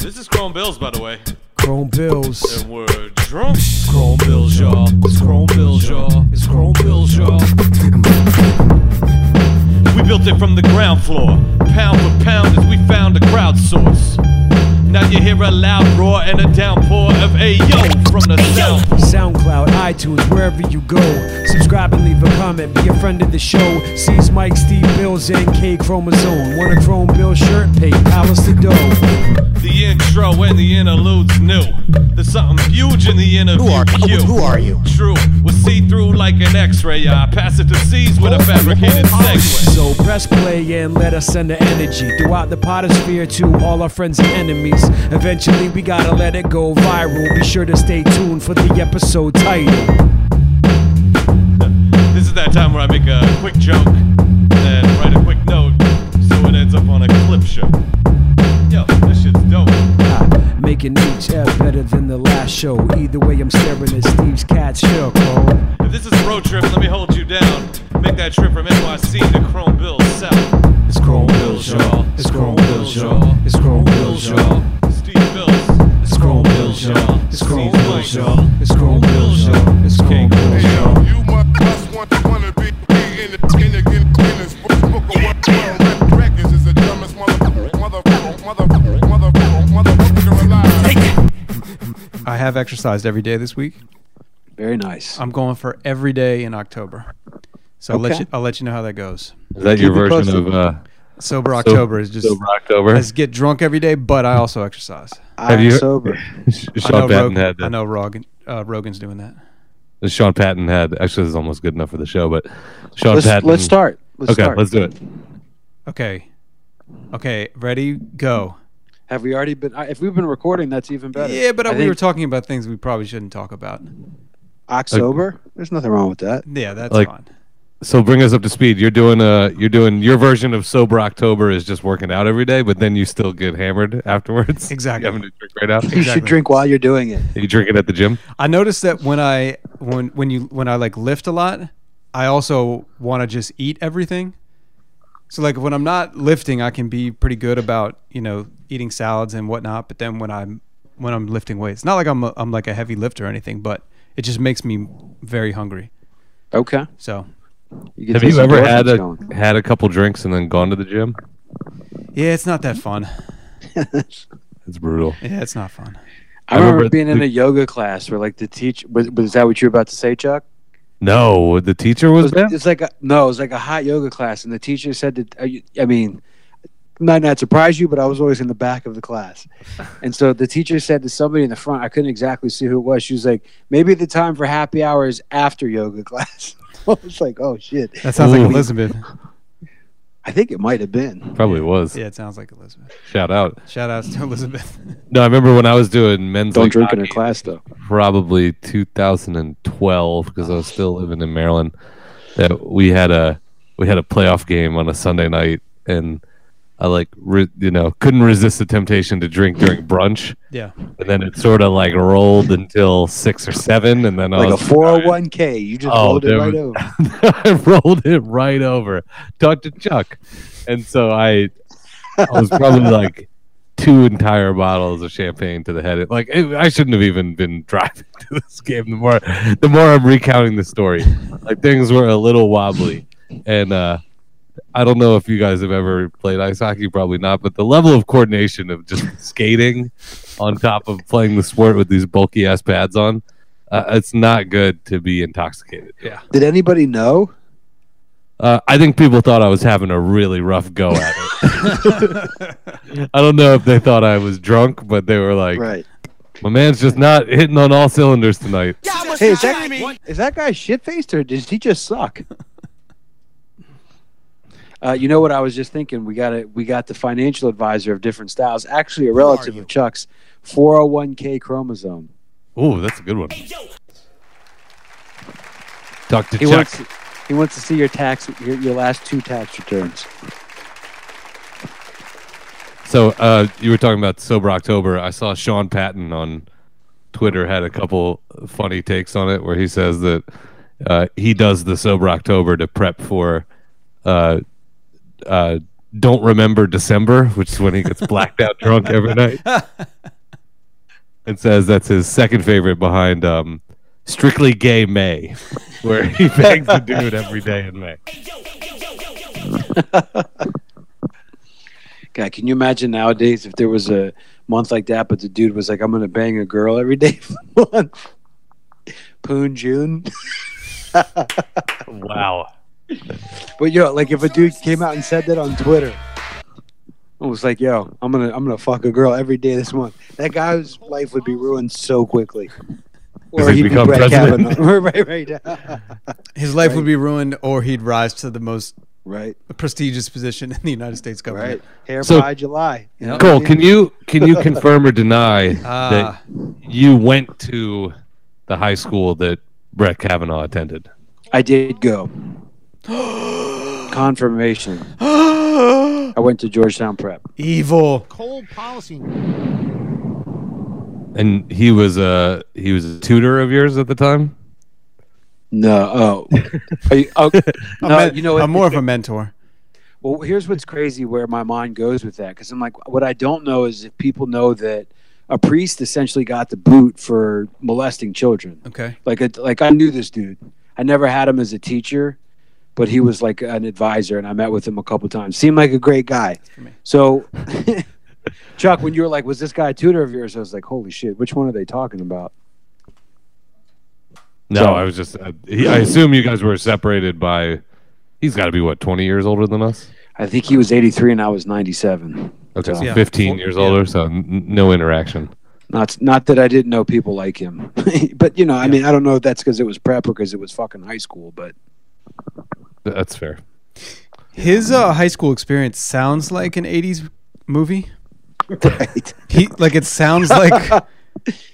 This is Chrome Bills, by the way. Chrome Bills. And we're drunk. Chrome Bills, y'all. It's Chrome Bills, y'all. It's Chrome Bills, y'all. We built it from the ground floor, pound for pound as we found a crowd source. Now you hear a loud roar and a downpour of Ayo from the sound. SoundCloud, iTunes, wherever you go. Subscribe and leave a comment. Be a friend of the show. Seize Mike, Steve Bills, and K Chromosome. Want a Chrome Bill shirt? Pay Palace the dough. The intro and the interlude's new. There's something huge in the interview. Who are- queue. who are you? True, we're see through like an x ray. I pass it to C's with a fabricated segue. So press play and let us send the energy throughout the potosphere to all our friends and enemies. Eventually, we gotta let it go viral. Be sure to stay tuned for the episode title. This is that time where I make a quick joke and then write a quick note so it ends up on a clip show. Yo, this shit's dope. Ah, Making each F better than the last show. Either way, I'm staring at Steve's cat shook. Oh, If this is a road trip, let me hold you down. Make that trip from NYC to Croneville South. it's Chrome Bills, y'all. It's Chrome Bills, y'all. It's Chrome Bills, y'all. Steve Bills. It's Chrome Bills, y'all. It's Chrome Bills, y'all. It's Chrome Bills, y'all. It's Chrome Bills, Hey, y'all. yo, you mu- must want to wanna be be in the in the Guinness Book Book of World World Rec- Records is the dumbest motherfucker motherfucker motherfucker motherfucker motherfucker alive. I have exercised every day this week. Very nice. I'm going for every day in October. So I'll let Okay. you I'll let you know how that goes. Is that your Keep it posted. version of uh, Sober October is just Sober October? let's get drunk every day, but I also exercise. Have I'm you- sober. I Sean know, Patton Rogan, had I know Rogan, uh, Rogan's doing that. Sean Patton had actually this is almost good enough for the show, but Sean Let's, Patton. let's start. Let's okay, start. let's do it. Okay, okay, ready, go. Have we already been? I- If we've been recording, that's even better. Yeah, but I uh we were think talking about things we probably shouldn't talk about. October. There's nothing wrong with that. Yeah, that's Like- fine. So bring us up to speed. You're doing uh you're doing your version of sober October is just working out every day, but then you still get hammered afterwards. Exactly. You having a drink right now. You should Exactly. drink while you're doing it. You drink it at the gym. I noticed that when I when when you when I like lift a lot, I also want to just eat everything. So like when I'm not lifting, I can be pretty good about you know eating salads and whatnot. But then when I'm when I'm lifting weights, not like I'm a, I'm like a heavy lifter or anything, but it just makes me very hungry. Okay. So You get Have those you ever had endorphins a going. had a couple drinks and then gone to the gym? yeah, it's not that fun. It's brutal. Yeah, it's not fun. I I remember, remember being in the- a yoga class where like the teacher was, was that what you were about to say, Chuck? No, the teacher It was was, bad. it's like a, no, it was like a hot yoga class, and the teacher said that are you, I mean, might not surprise you, but I was always in the back of the class, and so the teacher said to somebody in the front, I couldn't exactly see who it was. She was like, maybe the time for happy hour is after yoga class. I was like, oh shit. That sounds Ooh. like Elizabeth. I think it might have been. Probably was. Yeah, it sounds like Elizabeth. Shout out. Shout outs to Elizabeth. No, I remember when I was doing men's Don't league drink in her hockey, class though. probably 2012 because I was still living in Maryland. That we had a we had a playoff game on a Sunday night, and I like re, you know couldn't resist the temptation to drink during brunch, Yeah. and then it sort of like rolled until six or seven, and then I Like a was 401k, you just Oh, rolled it dude. right over. I rolled it right over. Talked to Chuck, and so I, I was probably like two entire bottles of champagne to the head. Like it, I shouldn't have even been driving to this game. The more, the more I'm recounting the story, like things were a little wobbly, and uh, I don't know if you guys have ever played ice hockey, probably not, but the level of coordination of just skating on top of playing the sport with these bulky ass pads on. Uh, it's not good to be intoxicated. Yeah. Did anybody know? Uh, I think people thought I was having a really rough go at it. I don't know if they thought I was drunk, but they were like, Right. "My man's just not hitting on all cylinders tonight." Hey, is that, is that guy shit faced or does he just suck? Uh, you know what I was just thinking. We got a, we got the financial advisor of different styles, actually a relative of Chuck's, 401k chromosome. Ooh, that's a good one. Talk to He Chuck. wants he wants to see your tax your, your last two tax returns. So uh, you were talking about sober October. I saw Sean Patton on Twitter had a couple funny takes on it, where he says that uh, he does the sober October to prep for uh, uh, don't remember December, which is when he gets blacked out drunk every night. and says that's his second favorite behind um, Strictly Gay May, where he bangs a dude every day in May. God, can you imagine nowadays if there was a month like that, but the dude was like, "I'm gonna bang a girl every day for a month." Poon June. Wow. But yo, like if a dude came out and said that on Twitter, it was like, "Yo, I'm gonna I'm gonna fuck a girl every day this month." That guy's life would be ruined so quickly. Or he'd he'd, become be Brett president. Kavanaugh. right, right, His life would be ruined, or he'd rise to the most right, prestigious position in the United States government. right. Hair So- by July. you know? Cole, can you can you confirm or deny Ah. that you went to the high school that Brett Kavanaugh attended? I did go. Confirmation. I went to Georgetown Prep. Evil. Cold policy. And he was a he was a tutor of yours at the time. No. Oh. Are you, oh no, Men- you know what? I'm more of a mentor. Well, here's what's crazy where my mind goes with that because I'm like, what I don't know is if people know that a priest essentially got the boot for molesting children. Okay. Like, a, like I knew this dude. I never had him as a teacher, but he was like an advisor, and I met with him a couple times. Seemed like a great guy. So, Chuck, when you were like, "Was this guy a tutor of yours?" I was like, "Holy shit! Which one are they talking about?" No, So- I was just. Uh, he, I assume you guys were separated by. He's got to be what twenty years older than us. I think he was 83 and I was 97. Okay, so Yeah. fifteen years older, so n- no interaction. Not not that I didn't know people like him, but you know, I mean, I don't know if that's because it was prep or because it was fucking high school. But Th- That's fair. His uh, high school experience sounds like an 80s movie. right, He like it sounds like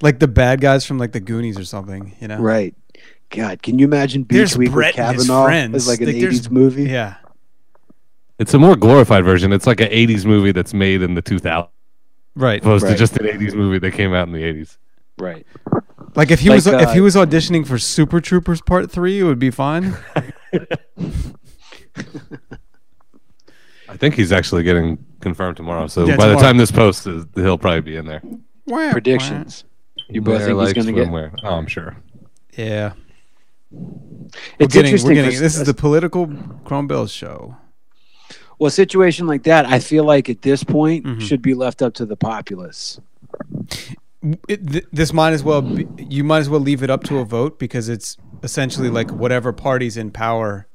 like the bad guys from like the Goonies or something, you know. right. God, can you imagine Beach There's Week Brett with and his Kavanaugh friends. as like an Like, there's- 80s movie? Yeah. It's a more glorified version. It's like an '80s movie that's made in the 2000s, Right. opposed to Right. just an '80s movie that came out in the '80s. right. Like if he Like, was if he uh, was auditioning for Super Troopers Part 3, it would be fine. I think he's actually getting confirmed tomorrow. So Yeah, by the tomorrow. time this posts, is, he'll probably be in there. Wah, Predictions. You both Wear think he's like going to get? swimwear. Oh, I'm sure. wah. Yeah. We're It's getting, we're interesting. getting, 'cause this is a- the political Chrome Bill show. well, a situation like that, I feel like at this point should be left up to the populace. It, th- this might as well be, you might as well leave it up to a vote because it's essentially like whatever party's in power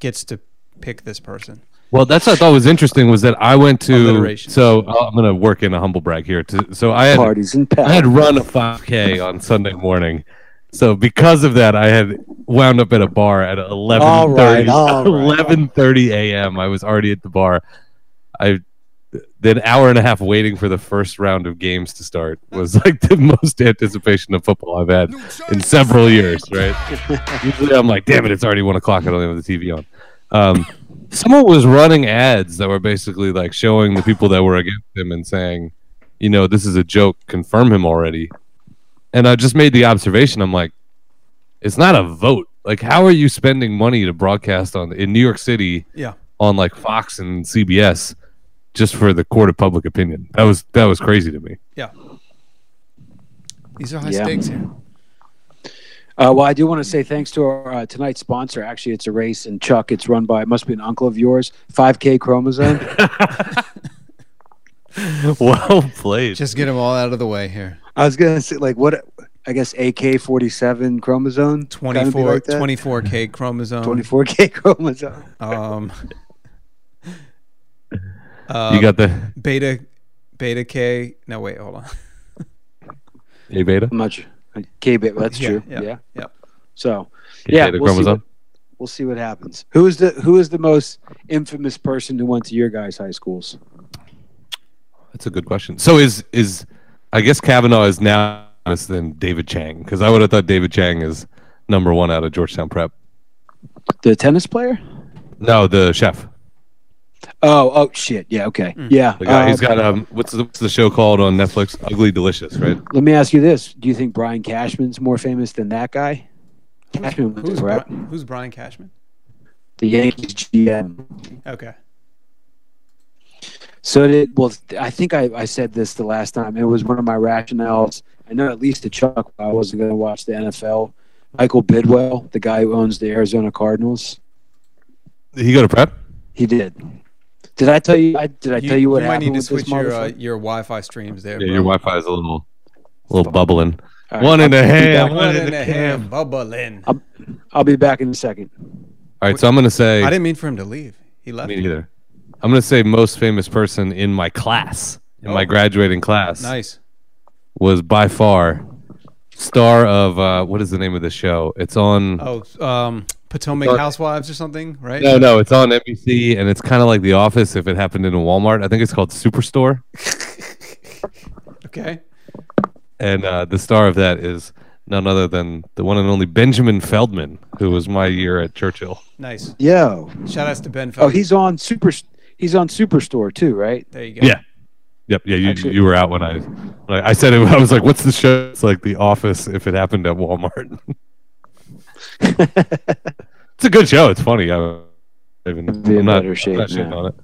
gets to pick this person. Well, that's what I thought was interesting was that I went to. Alliteration. So uh, I'm going to work in a humble brag here. To, so I had Parties and pals. I had run a 5K on Sunday morning. So because of that, I had wound up at a bar at 11:30 All right, all right. 11:30 a.m. I was already at the bar. I did an hour and a half waiting for the first round of games to start was like the most anticipation of football I've had in several years. Right? Usually I'm like, damn it, it's already one o'clock. I don't even have the TV on. Um, someone was running ads that were basically like showing the people that were against him and saying, you know, this is a joke. Confirm him already. And I just made the observation. I'm like, it's not a vote. Like, how are you spending money to broadcast on in New York City Yeah. on like Fox and CBS just for the court of public opinion? That was that was crazy to me. Yeah. These are high Yeah. stakes here. Uh, well, I do want to say thanks to our uh, tonight's sponsor. Actually, it's a race, and Chuck, it's run by it must be an uncle of yours, 5K Chromosome. well played. Just get them all out of the way here. I was gonna say like what I guess AK forty seven chromosome 24 k chromosome. twenty four K chromosome. Um, uh, you got the beta beta K. No, wait, hold on. A beta. I'm not sure. K bit. That's Yeah, true. yeah, Yeah. yeah. So yeah, beta we'll see, what, chromosome. we'll see what happens. Who is the who is the most infamous person who went to your guys' high schools? That's a good question. So is is I guess Kavanaugh is now famous than David Chang because I would have thought David Chang is number one out of Georgetown Prep. The tennis player? No, the chef. Oh, oh shit. Yeah. Okay. Yeah. The guy, uh, he's got um. What's the, what's the show called on Netflix? Ugly Delicious, right? let me ask you this: Do you think Brian Cashman's more famous than that guy? Cashman went Who's, to prep. Bri- who's Brian Cashman? The Yankees GM. Okay. So did well. I think I, I said this the last time. It was one of my rationales. I know at least to Chuck, I wasn't going to watch the NFL. Michael Bidwell, the guy who owns the Arizona Cardinals, He go to prep? he did. Did I tell you? I, did I tell you what might happened need to with switch this your uh, motherfucker? your Wi-Fi streams there. bro. Yeah, your Wi-Fi is a little, a little bubbling. All right, One in the Back ham, one one in and the a half, ham. bubbling. I'll, uh, I'll be back in a second. All right, so I'm gonna say. I didn't mean for him to leave. He left. Me neither. I'm gonna say most famous person in my class, in my Oh. graduating class, Nice. was by far star of uh, what is the name of the show? It's on. Oh, um, Potomac Sorry. Housewives or something, right? No, no, it's on NBC, and it's kind of like The Office if it happened in a Walmart. I think it's called Superstore, Okay. and uh, the star of that is none other than the one and only Benjamin Feldman, who was my year at Churchill. Nice. Yo, Shout outs to Ben. Feldman. oh, he's on super. He's on Superstore too, right? there. You go. Yeah. Yep. Yeah. You, Actually- you were out when I, when I I said it. I was like, "What's the show?" It's like The Office if it happened at Walmart. it's a good show. It's funny. I'm, even, Be in I'm not, better I'm shape not shitting now. on it.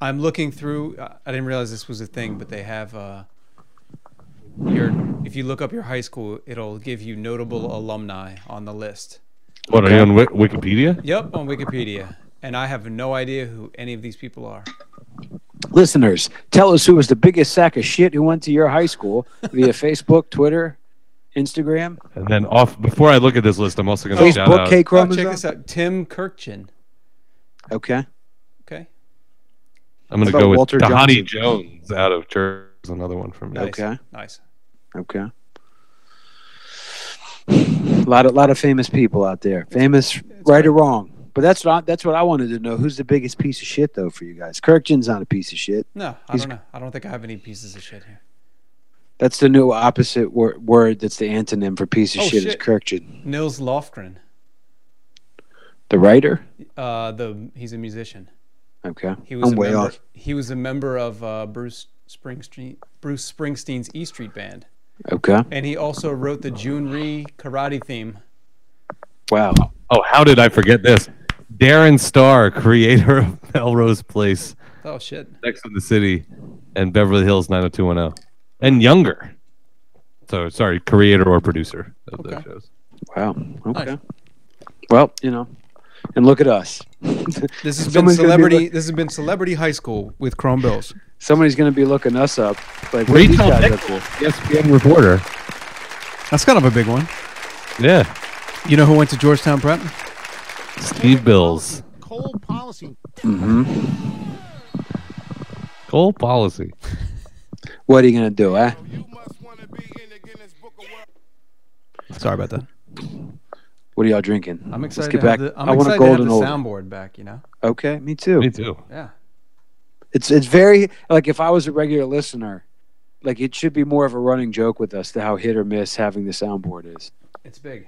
I'm looking through. uh, I I didn't realize this was a thing, but they have uh, your. If you look up your high school, it'll give you notable alumni on the list. What are you on Wik- Wikipedia? Yep, on Wikipedia, and I have no idea who any of these people are. Oh, Listeners, tell us who was the biggest sack of shit who went to your high school via Facebook, Twitter, Instagram, And then off before I look at this list, I'm also going to shout Facebook out. K Oh, chromosome. check this out. Tim Kirkchin. Okay, Okay. I'm going to How go about with Walter Tahani Jones out of Church. is Another one from me. Nice. Okay. Nice. okay. A lot of lot of famous people out there, famous right or wrong. But that's what I, that's what I wanted to know. Who's the biggest piece of shit though for you guys? Kirkjian's not a piece of shit. No, I He's- don't know. I don't think I have any pieces of shit here. That's the new opposite wor- word. That's the antonym for piece of Oh, shit, is shit. Kirkjian, Nils Lofgren. the writer. Uh, the he's a musician. Okay, He was I'm a way member, off. He was a member of uh, Bruce Springsteen, Bruce Springsteen's E Street Band, Okay, and he also wrote the June Rhee karate theme. wow. Oh, how did I forget this? Darren Starr, creator of Melrose Place. Oh shit! Sex in the City, and Beverly Hills 90210, and Younger. So sorry, creator or producer of those Okay. shows. Wow. Okay. Nice. Well, you know, and look at us. This has Someone's been gonna be celebrity. look- this has been celebrity high school with Chrome Bills. Somebody's going to be looking us up. Like, what are these Rachel guys up Nichols, for? ESPN reporter. That's kind of a big one. Yeah, You know who went to Georgetown Prep? Steve Bills, Cold policy. Mm-hmm. Cole Policy. What are you going to do? Eh? You must wanna be in the Guinness Book of World. Sorry about that. What are y'all drinking? I'm Let's excited. get to back. have the, I'm I want a excited to have golden the old. soundboard back. You know? Okay, me too. Me too. Yeah. It's it's very like if I was a regular listener, like it should be more of a running joke with us to how hit or miss having the soundboard is. It's big.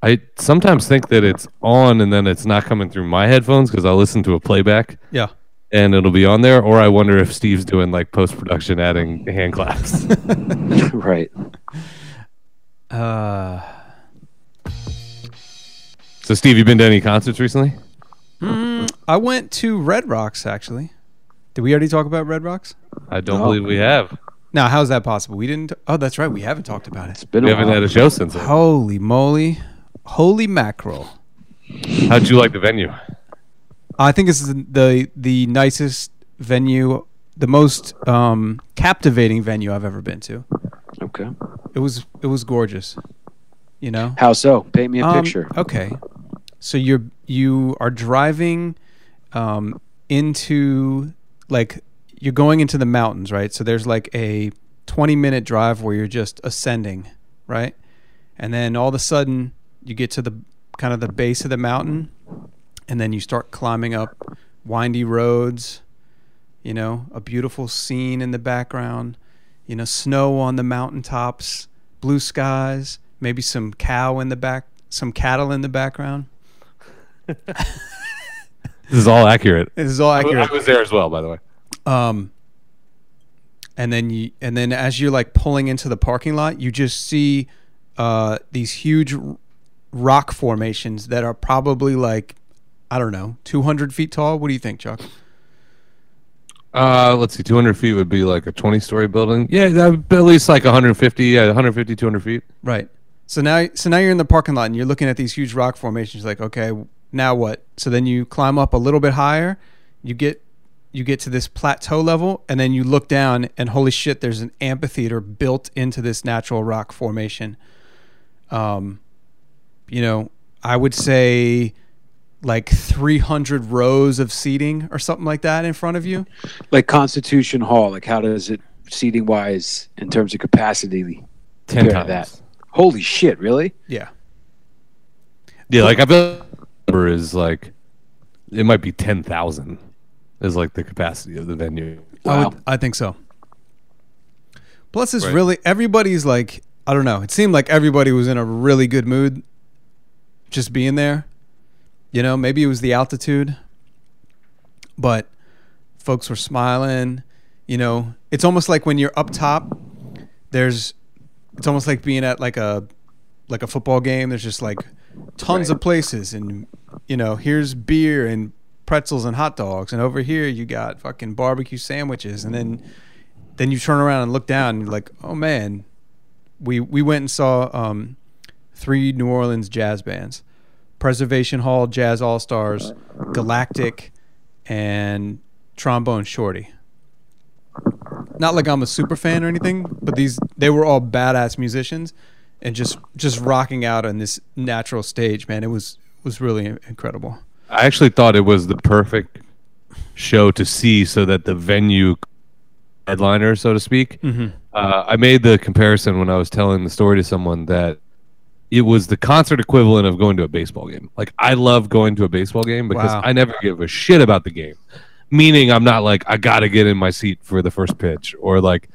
I sometimes think that it's on and then it's not coming through my headphones because I listen to a playback Yeah. and it'll be on there, or I wonder if Steve's doing like post production adding hand claps. right. Uh, so Steve, you been to any concerts recently? I went to Red Rocks actually. Did we already talk about Red Rocks? I don't No. believe we have. Now, how's that possible? We didn't. Oh, that's right. We haven't talked about it. It's been We a haven't while. had a show since. then. Holy moly. Holy mackerel. How'd you like the venue? I think this is the the nicest venue, the most um, captivating venue I've ever been to. okay. It was it was gorgeous. You know? How so? Paint me a Um, picture. Okay. So you're you are driving um, into like you're going into the mountains, right? So there's like a 20 minute drive where you're just ascending, right? And then all of a sudden you get to the kind of the base of the mountain and then you start climbing up windy roads, you know, a beautiful scene in the background, you know, snow on the mountaintops, blue skies, maybe some cow in the back, some cattle in the background. This is all accurate. This is all I accurate. was there as well, by the way. Um, and then you, and then as you're like pulling into the parking lot, you just see uh, these huge r- rock formations that are probably like, I don't know, 200 feet tall. What do you think, Chuck? Uh, let's see, 200 feet would be like a 20 story building. Yeah, that at least like 150, yeah, 150, 200 feet. Right. So now, so now you're in the parking lot and you're looking at these huge rock formations. Like, okay, now what? So then you climb up a little bit higher. You get, you get to this plateau level, and then you look down, and holy shit, there's an amphitheater built into this natural rock formation. Um, you know, I would say like 300 rows of seating or something like that in front of you. Like Constitution Hall, like how does it seating wise in terms of capacity? 10 Compare times. that. Holy shit! Really? Yeah. Yeah, like I feel number is like it might be 10,000 is like the capacity of the venue. I, Wow. would, I think so. Plus, it's Right. really everybody's like I don't know. It seemed like everybody was in a really good mood, just being there. You know, maybe it was the altitude, but folks were smiling. You know, it's almost like when you're up top, there's it's almost like being at like a like a football game. There's just like tons of places, and you know, here's beer and pretzels and hot dogs, and over here you got fucking barbecue sandwiches, and then then you turn around and look down, and you're like, oh man, we we went and saw um, three New Orleans jazz bands, Preservation Hall Jazz All Stars, Galactic, and Trombone Shorty. Not like I'm a super fan or anything, but these they were all badass musicians and just just rocking out on this natural stage, man. It was was really incredible. I actually thought it was the perfect show to see so that the venue headliner, so to speak. Mm-hmm. Uh, I made the comparison when I was telling the story to someone that it was the concert equivalent of going to a baseball game. Like, I love going to a baseball game because Wow. I never give a shit about the game, meaning I'm not like, I got to get in my seat for the first pitch or like,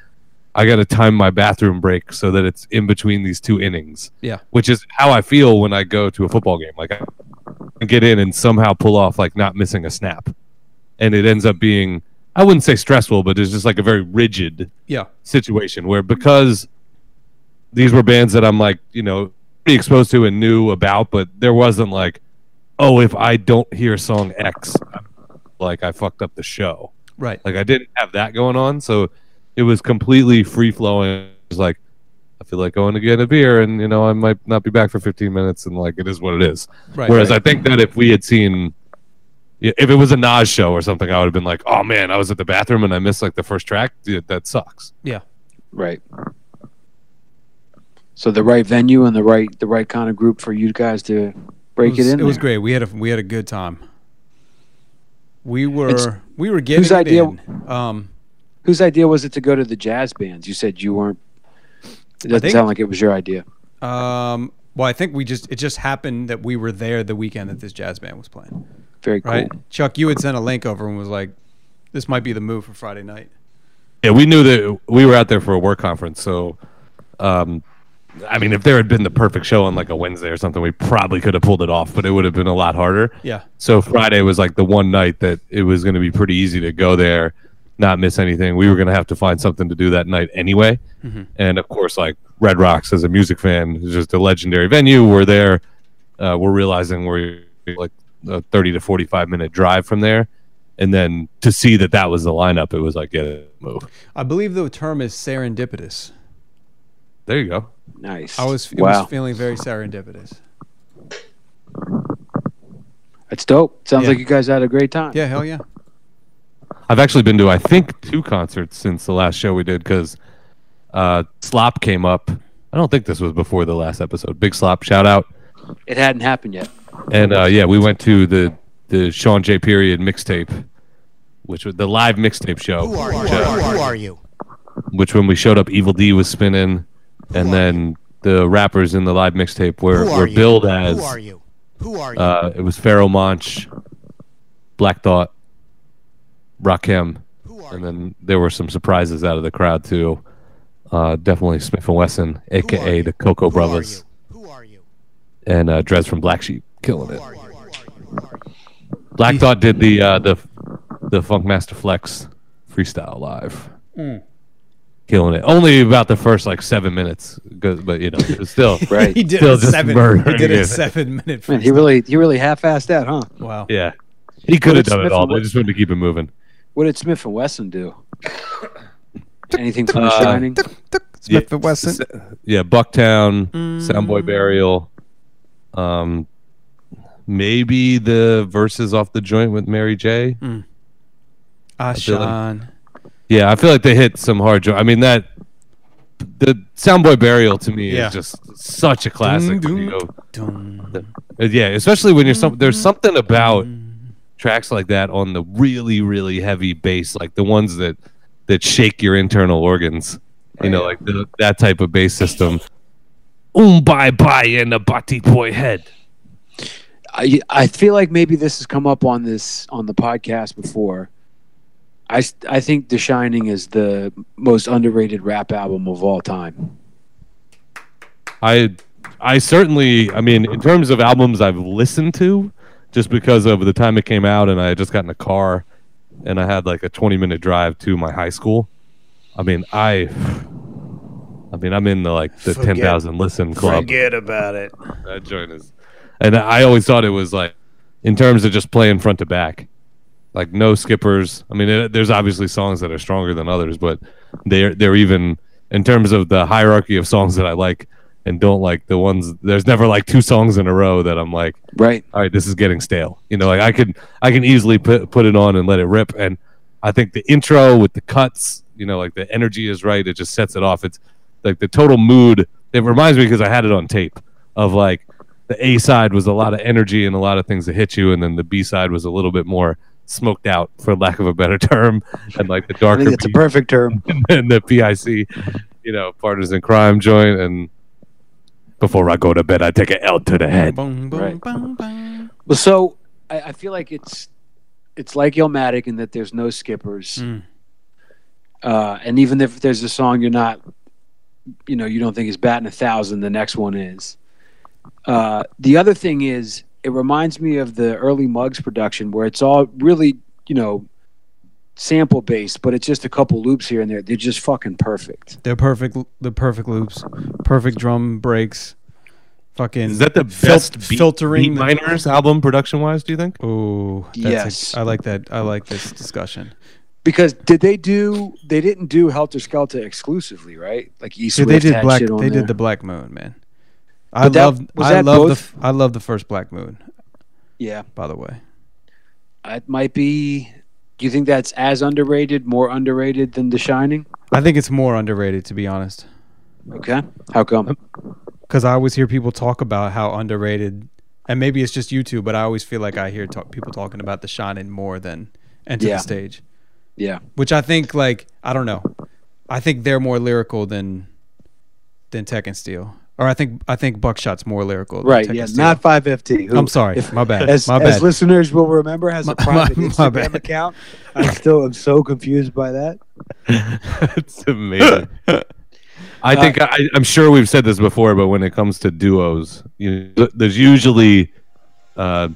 I got to time my bathroom break so that it's in between these two innings Yeah. which is how I feel when I go to a football game. Like I get in and somehow pull off like not missing a snap, and it ends up being I wouldn't say stressful, but it's just like a very rigid Yeah. situation where because these were bands that I'm like you know pretty exposed to and knew about, but there wasn't like oh if I don't hear song X, like I fucked up the show. Right. Like I didn't have that going on, so it was completely free flowing. It was like I feel like going to get a beer, and you know I might not be back for 15 minutes, and like it is what it is. Right, Whereas right. I think that if we had seen, i- if it was a Nas show or something, I would have been like, oh man, I was at the bathroom and I missed like the first track. Dude, that sucks. yeah. Right. So the right venue and the right the right kind of group for you guys to break It was, it in. it was there. great. We had a we had a good time. We were It's- we were getting whose it idea- in. Um, Whose idea was it to go to the jazz bands? You said you weren't. It doesn't think- sound like it was your idea. um, well, I think we just it just happened that we were there the weekend that this jazz band was playing. Very cool. Right, Chuck, you had sent a link over and was like, "This might be the move for Friday night." Yeah, we knew that we were out there for a work conference, so. um I mean, if there had been the perfect show on like a Wednesday or something, we probably could have pulled it off, but it would have been a lot harder. Yeah, So Friday was like the one night that it was going to be pretty easy to go there, not miss anything. We were going to have to find something to do that night anyway. And of course, like Red Rocks as a music fan is just a legendary venue. We're there. Uh, we're realizing we're like a 30 to 45 minute drive from there. And then to see that that was the lineup, it was like, yeah, move. I believe the term is serendipitous. There you go. Nice. I was it wow. was feeling very serendipitous. That's dope. Sounds Yeah. like you guys had a great time. Yeah, hell yeah. I've actually been to I think two concerts since the last show we did because uh, Slop came up. I don't think this was before the last episode. Big Slop, shout out. It hadn't happened yet. And uh, yeah, we went to the the Sean J. Period mixtape, which was the live mixtape show. Who are, you? Which when we showed up, Evil D was spinning, and then the rappers in the live mixtape were, were billed as. Who are you? Who are you? Uh, it was Pharaoh Monch, Black Thought, Rakim, and then there were some surprises out of the crowd too. Uh, definitely Smith and Wesson, aka the Coco Brothers, Who are you? and uh, Drez from Black Sheep, killing it. Who are you? Black Thought did the uh, the the Funk Master Flex freestyle live, Mm. killing it. Only about the first like seven minutes, 'cause- but you know, it was still Right. He did Still a just seven. He murdering did a it. seven minute. Man, he really he really half-assed that, huh? wow. Yeah, he could have it's done it Smith all. and They just wanted to keep it moving. What did Smith and Wesson do? Anything from The Uh, Shining? Yeah, Smith and Wesson. S- Yeah, Bucktown, Soundboy Burial. Um, maybe the verses off the joint with Mary J. Ashan. Yeah, I feel like they hit some hard. Jo- I mean that the Soundboy Burial to me Yeah. is just such a classic. Dun, when you dun, go- Dun. Uh, Yeah, especially when you're some there's something about tracks like that on the really really heavy bass, like the ones that that shake your internal organs. You know, like the, that type of bass system. Um bye bye and a bati boy head. I I feel like maybe this has come up on this on the podcast before. I s- I think The Shining is the most underrated rap album of all time. I I certainly I mean in terms of albums I've listened to, just because of the time it came out and I had just got in a car and I had like a twenty minute drive to my high school. I mean I I mean I'm in the like the Forget- ten thousand listen club. Forget about it. That joint is and I always thought it was like in terms of just playing front to back. Like no skippers. I mean, it, there's obviously songs that are stronger than others, but they're they're even in terms of the hierarchy of songs that I like and don't like. The ones there's never like two songs in a row that I'm like, Right. all right, this is getting stale. You know, like I could I can easily put put it on and let it rip. And I think the intro with the cuts, you know, like the energy is right. It just sets it off. It's like the total mood. It reminds me because I had it on tape of like the A side was a lot of energy and a lot of things that hit you, and then the B side was a little bit more smoked out, for lack of a better term, and like the I darker think that's a beat perfect term. and the PIC, you know, partisan crime joint. And before I go to bed, I take an L to the head. Boom, boom, Right. boom, boom. Well, so I, I feel like it's it's like Illmatic in that there's no skippers, Mm. uh, and even if there's a song you're not, you know, you don't think is batting a thousand, the next one is. Uh, the other thing is, it reminds me of the early Mugs production where it's all really, you know, sample based, but it's just a couple loops here and there. They're just fucking perfect. They're perfect. The perfect loops, perfect drum breaks. Fucking Is that the fil- best beat, filtering beat minors album production wise? Do you think? Oh, that's Yes. A, I like that. I like this discussion. Because did they do? They didn't do Helter Skelter exclusively, right? Like East Dude, they Swift did had black. They shit on there. did the Black Moon, man. I that- love. was I that love the. both? f- I love the first Black Moon. yeah. By the way, it might be. Do you think that's as underrated, more underrated than The Shining? I think it's more underrated to be honest, Okay, how come? because I always hear people talk about how underrated, and maybe it's just YouTube, but I always feel like I hear talk, people talking about The Shining more than Enter Yeah. the Stage, Yeah, which I think like I don't know, I think they're more lyrical than than Tech and Steel, or I think I think Buckshot's more lyrical. Than right. Tech Yeah, and Steel. not five FT. I'm sorry, my bad. As, my as bad. listeners will remember, has a My- private my- my Instagram bad. account. I still am so confused by that. it's amazing. I think I, I'm sure we've said this before, but when it comes to duos, you know, there's usually uh,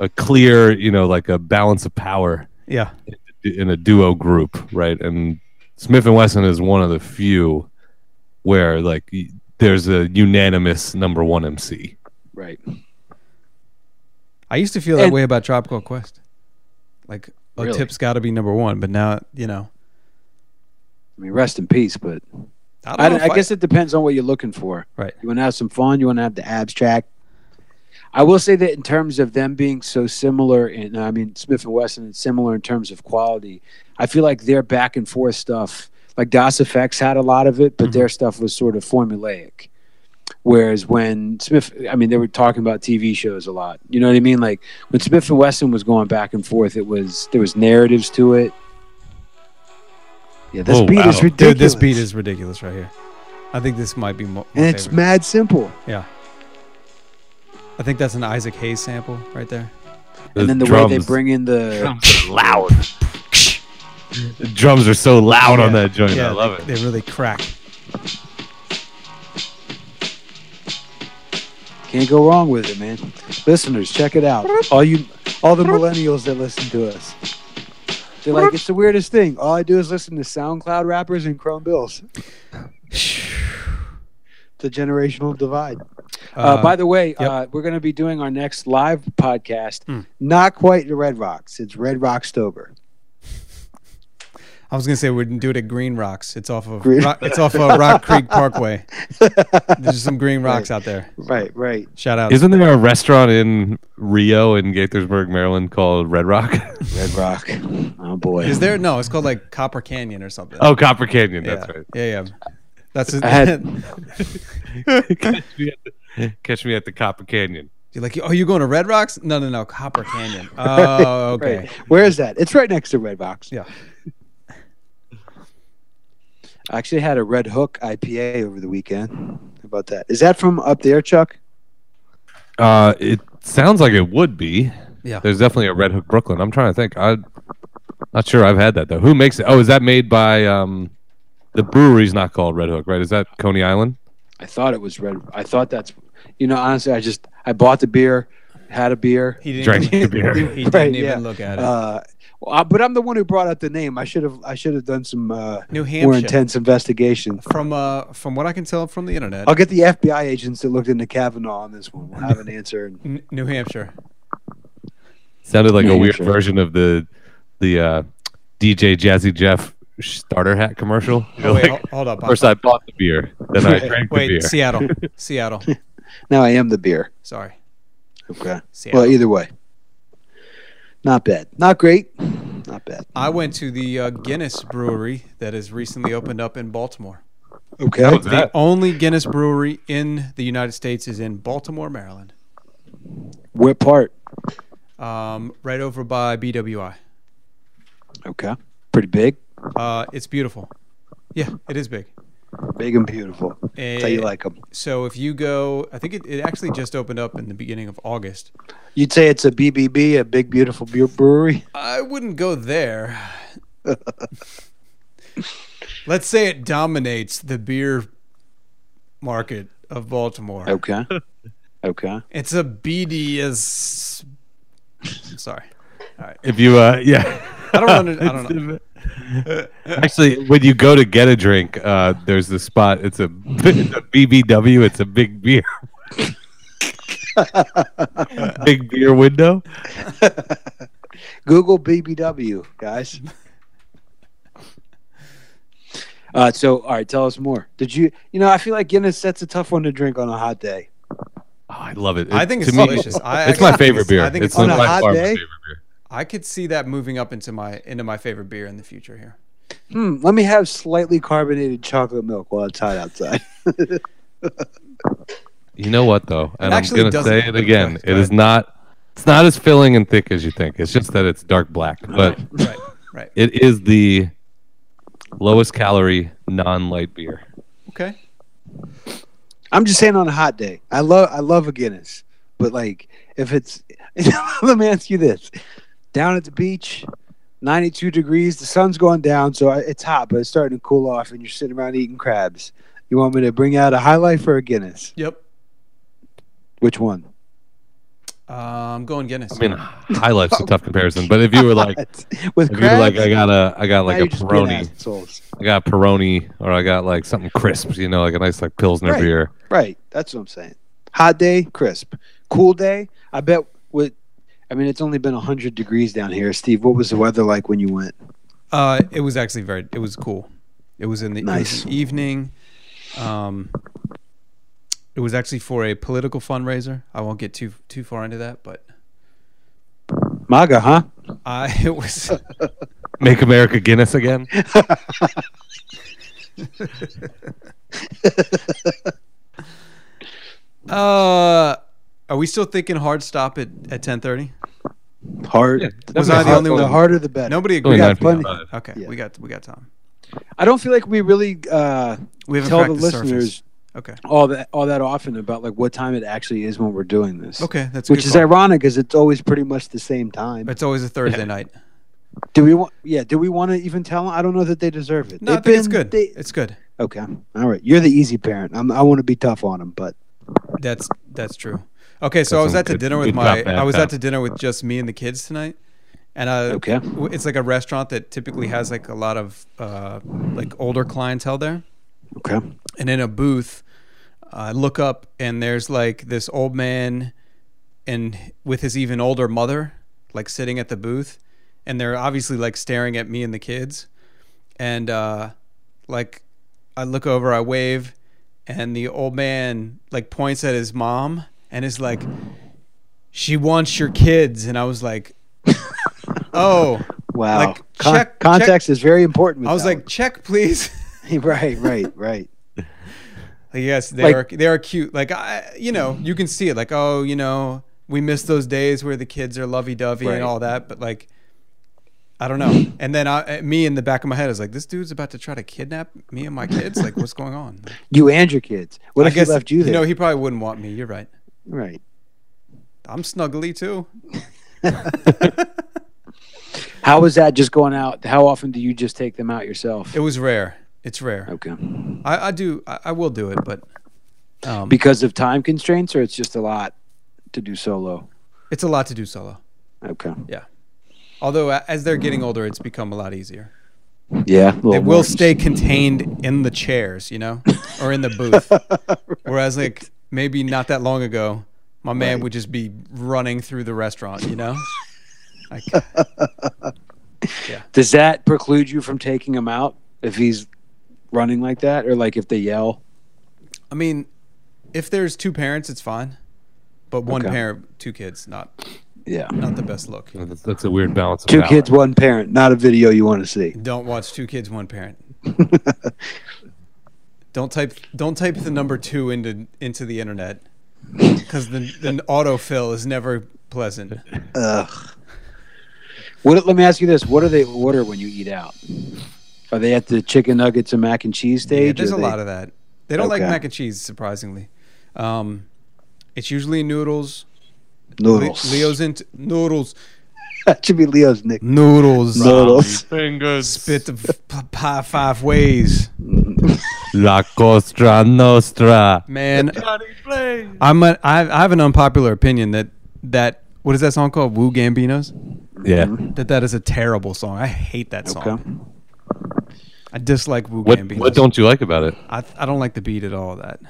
a clear, you know, like a balance of power yeah, in a duo group, right? And Smith and Wesson is one of the few where like y- there's a unanimous number one MC. Right. I used to feel that And- way about Tropical Quest. Like a Really? tip's got to be number one, but now you know. I mean, rest in peace. But don't I, know don't- if I guess it depends on what you're looking for. Right. You want to have some fun. You want to have the abstract. I will say that in terms of them being so similar, and I mean Smith and Wesson is similar in terms of quality. I feel like their back and forth stuff, like DOS Effects had a lot of it, but their stuff was sort of formulaic. Whereas when Smith, I mean, they were talking about TV shows a lot. You know what I mean? Like when Smith and Wesson was going back and forth, it was there was narratives to it. Yeah, this Oh, beat wow. is ridiculous. Dude, this beat is ridiculous right here. I think this might be mo- my and it's favorite. mad simple. I think that's an Isaac Hayes sample right there. and then the way they drums- bring in the drums are loud. the drums are so loud on that joint. I love they, it. They really crack. can't go wrong with it, man. Listeners, check it out. All you, all the millennials that listen to us, they're like, it's the weirdest thing. All I do is listen to SoundCloud rappers and Chrome Bills. The generational divide. Uh, by the way, uh, we're going to be doing our Hmm. next live podcast. Not quite the Red Rocks. It's Red Rockstober. I was gonna say we would do it at Green Rocks. It's off of Green- Rock, it's off of Rock Creek Parkway. There's some Green Rocks out there. Right, right. Shout out. Isn't there a restaurant in Rio in Gaithersburg, Maryland called Red Rock? Red Rock. Oh boy. Is there no? It's called like Copper Canyon or something. oh, Copper Canyon. yeah. That's right. Yeah, yeah. That's it. I had- catch, me at the, catch me at the Copper Canyon. You're like, oh, you going to Red Rocks? No, no, no, Copper Canyon. Oh, okay. Right. Where is that? It's right next to Red Box. Yeah. I actually had a Red Hook IPA over the weekend. How about that? Is that from up there, Chuck? Uh, it sounds like it would be. Yeah. There's definitely a Red Hook Brooklyn. I'm trying to think. I, not sure I've had that though. Who makes it? Oh, is that made by um, the brewery's not called Red Hook, right? Is that Coney Island? I thought it was Red. I thought that's, you know, honestly, I just I bought the beer, had a beer. He Drank the beer. He, didn't Right, even yeah. look at it. Uh, well, I, but I'm the one who brought out the name. I should have I should have done some uh, New more Hampshire. intense investigation. From uh, from what I can tell from the internet, I'll get the FBI agents that looked into Kavanaugh on this one. We'll have an answer. And, N- New Hampshire. Sounded like a Yeah, weird sure. version of the the uh, DJ Jazzy Jeff starter hat commercial. Oh, wait, Like, hol- hold up. First, I bought the beer, then I drank the wait, beer. Seattle, Seattle. now I am the beer. Sorry, Okay. Seattle. Well, either way, not bad. Not great. Not bad. I went to the uh, Guinness Brewery that has recently opened up in Baltimore. Okay. What's that? The only Guinness Brewery in the United States is in Baltimore, Maryland, What part? um, right over by BWI. Okay. Pretty big. Uh, it's beautiful. Yeah, it is big. Big and beautiful. That's Eh. how you like them. So if you go, I think it, it actually just opened up in the beginning of August. You'd say it's a BBB, a big beautiful beer brewery. I wouldn't go there. Let's say it dominates the beer market of Baltimore. Okay. Okay. It's a BDS. Sorry. If you, uh, yeah. I don't under- I don't know. Actually, when you go to get a drink, uh, there's this spot. It's a, it's a BBW. It's a big beer. big beer window. Google BBW, guys. Uh, so, all right, tell us more. Did you, you know, I feel like Guinness, that's a tough one to drink on a hot day. Oh, I love it. I It- think to it's me, delicious. I, I It's my think favorite beer. I think it's it's, on a by hot far my day? favorite beer. I could see that moving up into my into my favorite beer in the future here. Hmm, let me have slightly carbonated chocolate milk while it's hot outside. You know what though, and I'm actually gonna doesn't- say it again. Go It is ahead. not. It's not as filling and thick as you think. It's just that it's dark black, but Right. Right. it is the lowest calorie non-light beer. Okay. I'm just saying on a hot day. I love, I love a Guinness, but like if it's, let me ask you this: down at the beach, 92 degrees, the sun's going down, so I- it's hot, but it's starting to cool off, and you're sitting around eating crabs. You want me to bring out a High Life or a Guinness? Yep. Which one? Uh, I'm going Guinness. I mean, high life's a Oh tough comparison, but if you were like, if with you were like, crabs. I got a, I got now like you're a just being Peroni, assholes. I got a Peroni, or I got like something crisp, you know, like a nice like Pilsner Right. beer. Right. That's what I'm saying. Hot day, crisp. Cool day. I bet with. I mean, it's only been hundred degrees down here, Steve. What was the weather like when you went? Uh, it was actually very. It was cool. It was in the, it was Nice. in the evening. Um, it was actually for a political fundraiser. I won't get too too far into that, but MAGA, huh? I it was Make America Guinness again. Uh, are we still thinking hard stop at at ten thirty? Hard. Was I the har- only one? harder the better. Nobody agreed. Only got nine people. plenty. Okay, Yeah. we got we got time. I don't feel like we really uh, We haven't tell the cracked the surface. listeners Okay, all that all that often about like what time it actually is when we're doing this. okay, that's a Which good is call. ironic, because it's always pretty much the same time. It's always a Thursday night. Do we want? Yeah. Do we want to even tell them? I don't know that they deserve it. No, I They've think it's good. they- it's good. Okay. All right. You're the easy parent. I'm, I want to be tough on him, but That's that's true. Okay, so I was some at the good- dinner with good my cop, bad I was cop. at the dinner with just me and the kids tonight, and I Okay. w- It's like a restaurant that typically has like a lot of uh, like older clientele there, okay. and in a booth, I look up and there's like this old man, and with his even older mother, like sitting at the booth, and they're obviously like staring at me and the kids, and uh, like I look over, I wave, and the old man like points at his mom and is like, "She wants your kids," and I was like, "Oh." Wow. Like, Con- check- context is very important. with I was that like, check, please. one. right, right, right. Like, yes, they Like- are. They are cute. Like I, you know, you can see it. Like oh, you know, we miss those days where the kids are lovey dovey Right. and all that. But like, I don't know. And then I, eh, me in the back of my head is like, this dude's about to try to kidnap me and my kids. Like, what's going on? You and your kids. What I if he left you there? know he probably wouldn't want me. You're right. right. I'm snuggly too. How is that just going out? How often do you just take them out yourself? It was rare. It's rare. okay. I, I do. I, I will do it, but um, Because of time constraints, or it's just a lot to do solo. it's a lot to do solo. Okay. Although a- as they're getting older, it's become a lot easier. Yeah. a little It more. will stay contained in the chairs, you know, or in the booth. Whereas, like, maybe not that long ago, my man would just be running through the restaurant, you know? Like, Does that preclude you from taking him out if he's running like that, or like if they yell? I mean, if there's two parents, it's fine. But one Okay. parent, two kids, not Yeah. not the best look. That's, that's a weird balance. of Two power. kids, one parent. Not a video you want to see. Don't watch two kids, one parent. don't type don't type the number two into into the internet because the the autofill is never pleasant. Ugh. What? Let me ask you this: What do they order when you eat out? Are they at the chicken nuggets and mac and cheese stage? Yeah, there's a or they- lot of that. They don't like Okay. mac and cheese, surprisingly. Um, it's usually noodles. Le- noodles. Leo's Mm. into noodles. that should be Leo's nick. Noodles. Noodles. Fingers. Spit the p- pie five ways, La Costra Nostra. man. I'm a, I, I have an unpopular opinion that that what is that song called? Woo Gambinos. Yeah. That that is a terrible song. I hate that song. Okay. I dislike Woo What, Gambinos. what don't you like about it? I, I don't like the beat at all. Of that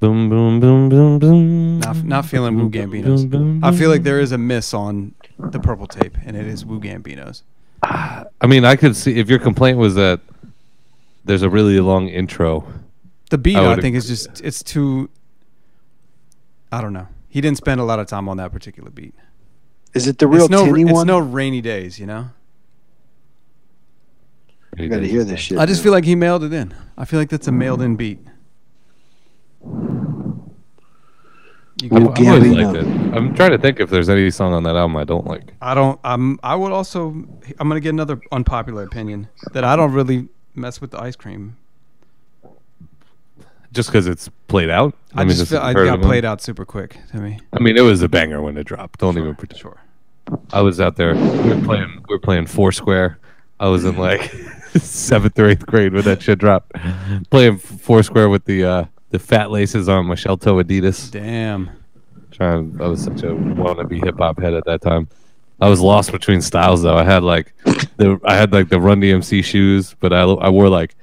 Boom, boom, boom, boom, boom. not not feeling Woo Gambinos. I feel like there is a miss on the purple tape, and it is Woo Gambinos. I mean, I could see if your complaint was that there's a really long intro. The beat, I I, would think, is agree, just it's too. I don't know. He didn't spend a lot of time on that particular beat. Is it the real it's no, tinny it's one? no rainy days, you know. I gotta hear this shit. I just feel like he mailed it in. I feel like that's a mailed in beat. You I, can- Ooh, I always Gambino. liked it. I'm trying to think if there's any song on that album I don't like. I don't. I'm. I would also. I'm gonna get another unpopular opinion that I don't really mess with the ice cream. Just because it's played out. I, just feel I got played out super quick to me. I mean, it was a banger when it dropped. Don't even pretend. Sure. I was out there. We were playing. We were playing Foursquare. I was in like seventh or eighth grade when that shit dropped. Playing Foursquare with the uh, the fat laces on my shell toe Adidas. Damn. Trying, I was such a wannabe hip hop head at that time. I was lost between styles though. I had like the I had like the Run DMC shoes, but I I wore like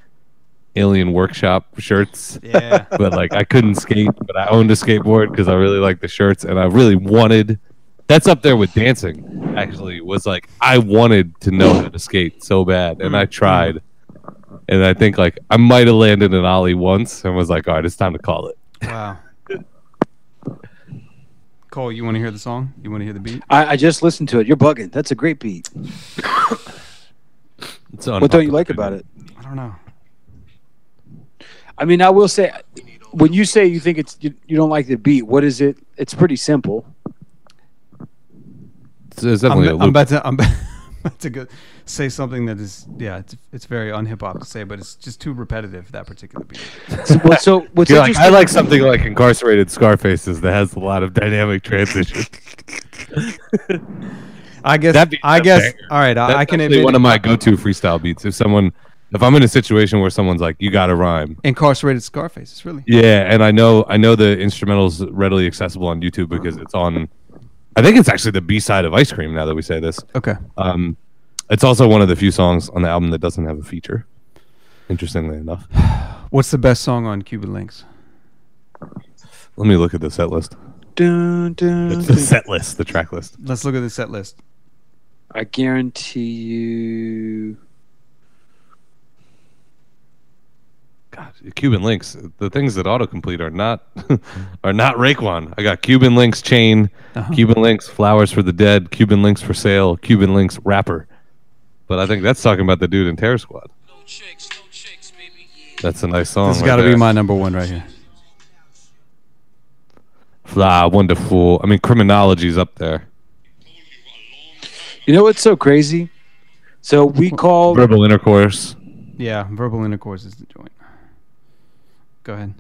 Alien Workshop shirts. Yeah. But like I couldn't skate, but I owned a skateboard because I really liked the shirts and I really wanted. That's up there with dancing. Actually, was like I wanted to know how to skate so bad, and I Mm-hmm. tried. And I think like I might have landed an ollie once, and was like, all right, it's time to call it. wow. Cole, you want to hear the song? You want to hear the beat? I, I just listened to it. You're bugging. That's a great beat. It's What don't you like about it? I don't know. I mean, I will say, when you say you think it's you, you don't like the beat, what is it? It's pretty simple. It's, it's I'm, definitely a I'm loop. about to I'm about to go, say something that is yeah it's it's very unhip hop to say but it's just too repetitive that particular beat. So, what, so what's You're like, interesting? I like something like incarcerated Scarfaces that has a lot of dynamic transition. I guess That beat's I a guess banger. all right That's I, I can actually admit one of my go-to freestyle beats. If someone, if I'm in a situation where someone's like, "You got to rhyme," incarcerated Scarface. It's really yeah, and I know, I know the instrumental's readily accessible on YouTube because it's on. I think it's actually the B side of Ice Cream. Now that we say this, okay. um, it's also one of the few songs on the album that doesn't have a feature. Interestingly enough, What's the best song on Cuban Links? let me look at the set list. Dun, dun, It's dun. the set list, the track list. Let's look at the set list. I guarantee you. God, Cuban links. The things that autocomplete are not are not Raekwon. I got Cuban links chain, Uh-huh. Cuban links flowers for the dead, Cuban links for sale, Cuban links rapper. But I think that's talking about the dude in Terror Squad. That's a nice song. This has right got to be there. Oh my number one right here. fly, wonderful. I mean, criminology's up there. You know what's so crazy? So we called Verbal intercourse. Yeah, verbal intercourse is the joint. Go ahead.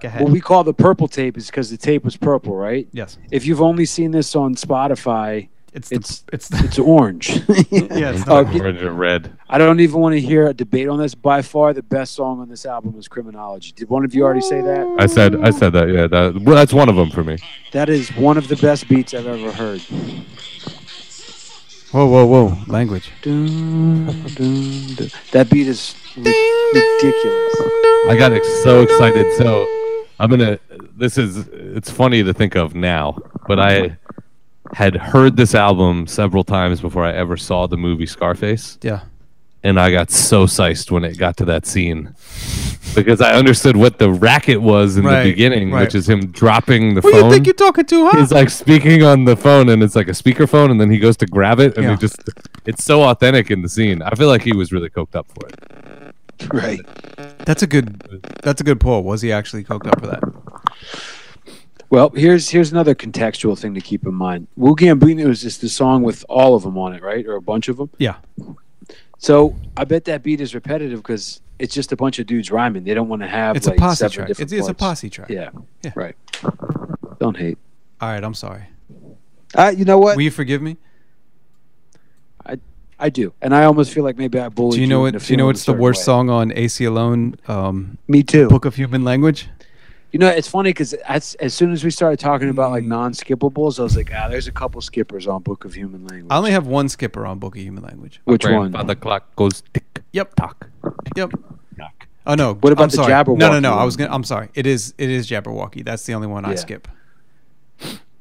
Go ahead. what we call the purple tape is because the tape was purple, right? yes, If you've only seen this on Spotify, it's the, it's- it's the, it's orange. yeah, it's the, Oh, Orange and red. I don't even want to hear a debate on this. By far, the best song on this album is Criminology. Did one of you already say that? I said, I said that. Yeah, that, well, that's one of them for me. That is one of the best beats I've ever heard. whoa, whoa, whoa, language. Dun, dun, dun. That beat is ri- ridiculous. I got ex- so excited. So I'm gonna. This is. It's funny to think of now, but I had heard this album several times before I ever saw the movie Scarface, Yeah, and I got so psyched when it got to that scene because I understood what the racket was in Right, the beginning, right. which is him dropping the Who phone. you think you're talking to, huh? He's like speaking on the phone, and it's like a speakerphone, and then he goes to grab it, and Yeah. it just—it's so authentic in the scene. I feel like he was really coked up for it. Right. That's a good. That's a good pull. Was he actually coked up for that? Well, here's here's another contextual thing to keep in mind. Wu Gambino is just the song with all of them on it, right, or a bunch of them. Yeah. So I bet that beat is repetitive because it's just a bunch of dudes rhyming. They don't want to have It's like a posse seven track. different It's, it's a parts. posse track. Yeah. Yeah. Right. Don't hate. All right, I'm sorry. Uh, you know what? Will you forgive me? I do, and I almost feel like maybe I bullied. Do you know into what? Do you know feeling what's the a certain worst way. song on AC Alone? Um, Me too. Book of Human Language. You know, it's funny because as, as soon as we started talking about Mm. like non-skippables, I was like, ah, there's a couple skippers on Book of Human Language. I only have one skipper on Book of Human Language. Which one? Grandfather clock goes tick. Yep. Talk. Yep. Oh no! What about I'm the sorry. No, no, Jabberwocky no! I one? was gonna. I'm sorry. It is. It is Jabberwocky. That's the only one I Yeah. skip.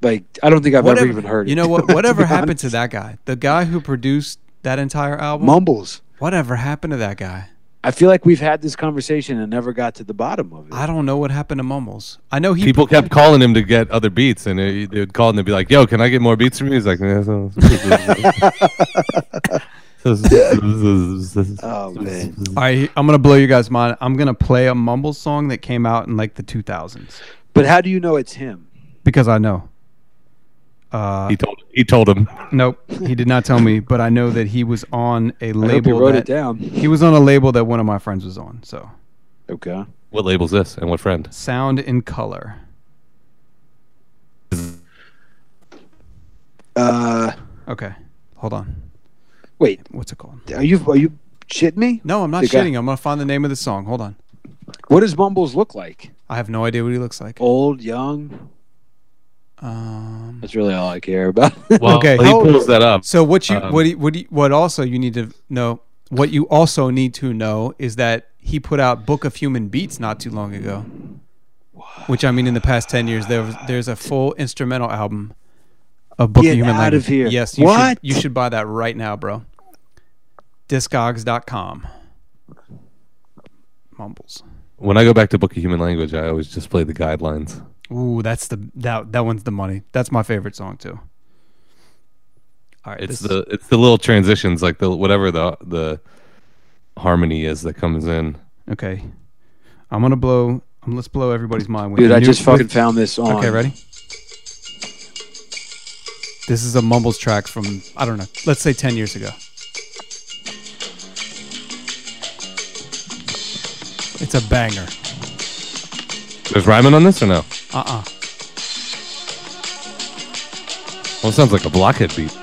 Like, I don't think I've Whatever. ever even heard. you it, know what? to Whatever be happened honest. to that guy? The guy who produced that entire album. Mumbles? Whatever happened to that guy? I feel like we've had this conversation and never got to the bottom of it. I don't know what happened to Mumbles. I know he. People kept calling him to get other beats, and they- they would call and they'd be like, "Yo, can I get more beats from you?" He's like, "Yeah, so- oh man, All right, I'm gonna blow you guys' mind. I'm gonna play a Mumbles song that came out in like the 2000s but how do you know it's him? because I know. Uh, He told he told him. Nope, he did not tell me, but I know that he was on a I hope label. you wrote that- it down. He was on a label that one of my friends was on. So, Okay. What label's this and what friend? Sound in Color. Uh, Okay, hold on. wait, What's it called? are you are you shitting me? No, I'm not The guy- shitting. I'm gonna find the name of the song. Hold on. What does Mumbles look like? I have no idea what he looks like. Old, young? Um, That's really all I care about. Well, Okay. he pulls that up. so what you Um, what you- what you- what also you need to know what you also need to know is that he put out Book of Human Beats not too long ago. Which I mean, in the past ten years, there was- there's a full instrumental album of Book Get of Human out Language. of here. Yes, you What? should you should buy that right now, bro. Discogs.com. Mumbles. When I go back to Book of Human Language, I always just play the guidelines. Ooh, that's the that that one's the money. That's my favorite song too. All right, It's this- the it's the little transitions, like the whatever the the harmony is that comes in. okay. I'm gonna blow. Um, let's blow everybody's mind. With Dude, the I new- just fucking with- found this on. Okay, ready? This is a mumbles track from I don't know. Let's say ten years ago. It's a banger. There's rhyming on this or no? Uh-uh. Well, it sounds like a blockhead beat.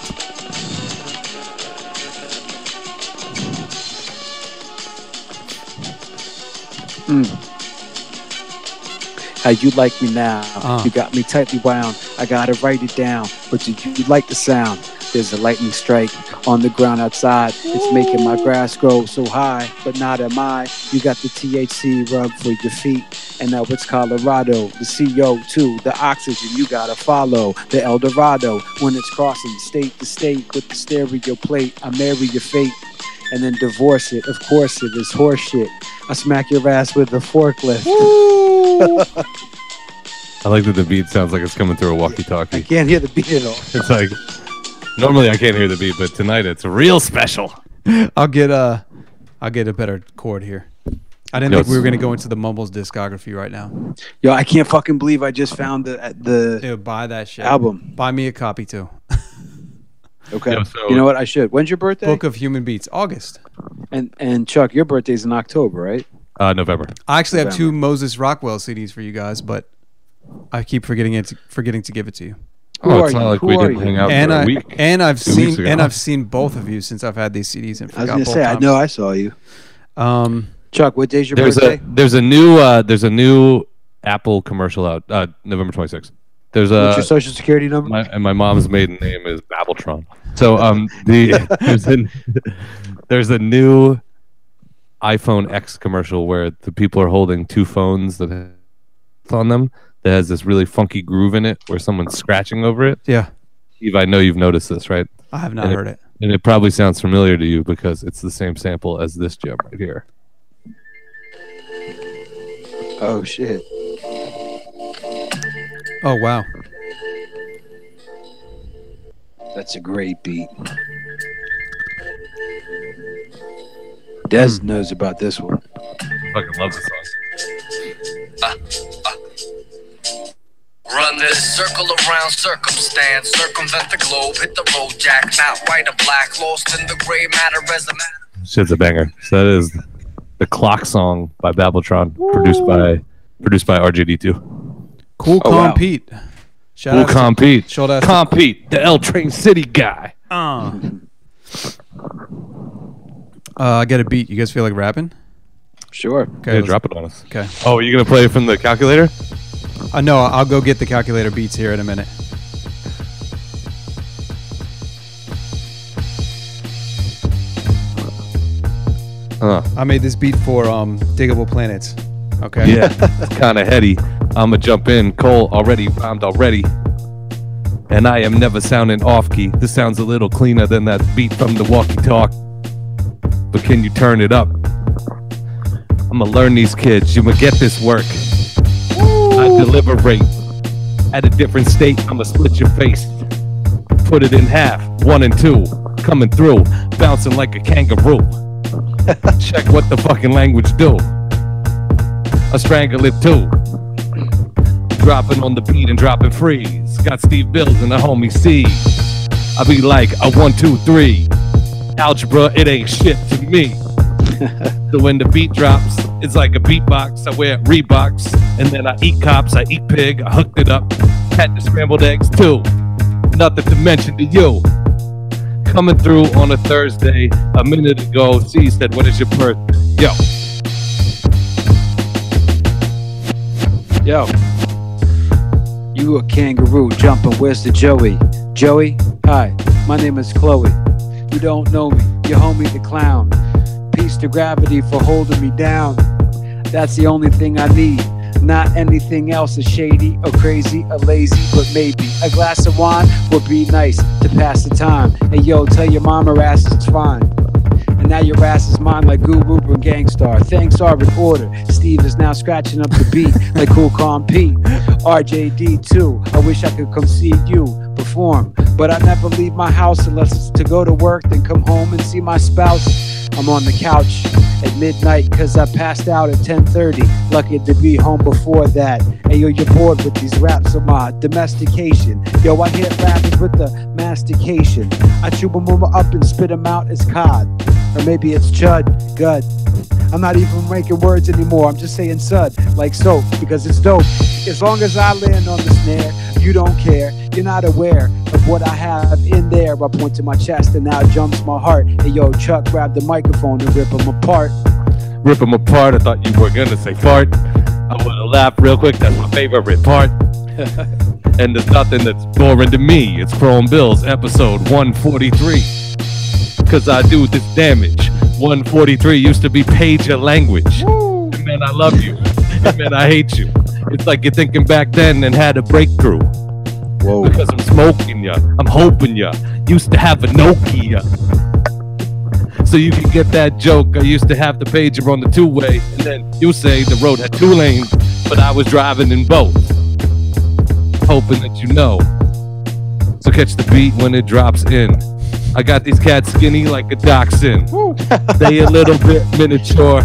What? how you like me now. Uh. You got me tightly wound. I gotta write it down. But do you like the sound? There's a lightning strike on the ground outside. It's making my grass grow so high, but not am I. You got the THC rub for your feet. And now it's Colorado, the CO2, the oxygen you gotta follow, the El Dorado. When it's crossing state to state with the stereo plate, I marry your fate and then divorce it. Of course, it is horseshit. I smack your ass with a forklift. I like that the beat sounds like it's coming through a I walkie-talkie. can't hear the beat at all. It's like normally I can't hear the beat, but tonight it's real special. I'll get a, I'll get a better chord here. I didn't No, think we were it's- gonna go into the Mumbles discography right now. Yo, I can't fucking believe I just found the the Dude, buy that shit. album. Buy me a copy too. Okay, Yeah, so- you know what? I should. When's your birthday? Book of Human Beats, August. And and Chuck, your birthday's in October, right? Uh, November. I actually have two November. Moses Rockwell CDs for you guys, but I keep forgetting it, forgetting to give it to you. Who oh, are it's not you? like Who we are didn't you? hang out And for a I week. and I've Two weeks seen ago. and I've seen both of you since I've had these CDs and I was forgot gonna both say, I times. know I saw you. Um, Chuck, what day's your There's a birthday? there's a new uh, there's a new Apple commercial out uh, November 26th. There's What's a uh, your social security number? my, and my mom's maiden name is Babeltron. So um the there's a, there's a new iPhone X commercial where the people are holding two phones that have on them that has this really funky groove in it where someone's scratching over it. yeah, Steve, I know you've noticed this, right? I have not And heard it. And it probably sounds familiar to you because it's the same sample as this gem right here. oh shit! Oh wow, That's a great beat. Des Hmm. knows about this one. fucking love this song. Run this circle around circumstance, circumvent the globe, hit the road jack, not white or black, lost in the gray matter as a matter. Shit's a banger. So that is the clock song by Babeltron, produced by produced by RGD2. cool, Oh, calm wow. Pete. Shout Cool out to- compete. Shout out to- Compete, the L Train City guy. Uh. Uh, I got a beat. You guys feel like rapping? Sure. Okay, Yeah, let's- drop it on us. Okay. Oh, are you gonna play from the calculator? Uh, no, I'll go get the calculator beats here in a minute. Huh. I made this beat for um, Diggable Planets. Okay. Yeah. it's kinda heady. I'ma jump in. Cole already rhymed already. And I am never sounding off key. This sounds a little cleaner than that beat from the walkie talk. But can you turn it up? I'ma learn these kids. You'ma get this work. I deliberate. At a different state, I'ma split your face. Put it in half. One and two. Coming through. Bouncing like a kangaroo. Check what the fucking language do. I strangle it too. Dropping on the beat and dropping freeze. Got Steve Bills and the homie C. I be like a one, two, three. Algebra, it ain't shit to me. so when the beat drops, it's like a beatbox. I wear Reeboks, and then I eat cops. I eat pig. I hooked it up. Had the scrambled eggs too. Nothing to mention to you. Coming through on a Thursday, a minute ago, C said, "When is your birthday?" Yo. Yo, you a kangaroo jumping? Where's the Joey? Joey, hi, my name is Chloe. You don't know me, your homie the clown. Peace to gravity for holding me down. That's the only thing I need. Not anything else is shady or crazy or lazy, but maybe a glass of wine would be nice to pass the time. And yo, tell your mama ass it's fine. And now your ass is mine like Guru and Gangstar. Thanks are in order. Steve is now scratching up the beat like Cool Calm Pete. RJD too. I wish I could come see you perform. But I never leave my house unless it's to go to work, then come home and see my spouse. I'm on the couch at midnight cause I passed out at 10.30. Lucky to be home before that. And yo, you're bored with these raps of my domestication. Yo, I hit rappers with the mastication. I chew them up and spit them out as cod. Or maybe it's Chud, Gud. I'm not even making words anymore. I'm just saying Sud, like soap, because it's dope. As long as I land on the snare, you don't care. You're not aware of what I have in there. I point to my chest and now jumps my heart. And yo, Chuck grabbed the microphone and rip them apart. rip them apart. I thought you were gonna say fart. I want to laugh real quick. That's my favorite part. and there's nothing that's boring to me. It's Chrome Bills, episode 143. Because I do this damage. 143 used to be pager language. And man, I love you. And man, I hate you. It's like you're thinking back then and had a breakthrough. Whoa. Because I'm smoking ya. I'm hoping ya. Used to have a Nokia. So you can get that joke. I used to have the pager on the two way, and then you say the road had two lanes, but I was driving in both. Hoping that you know. So catch the beat when it drops in. I got these cats skinny like a dachshund. they a little bit miniature,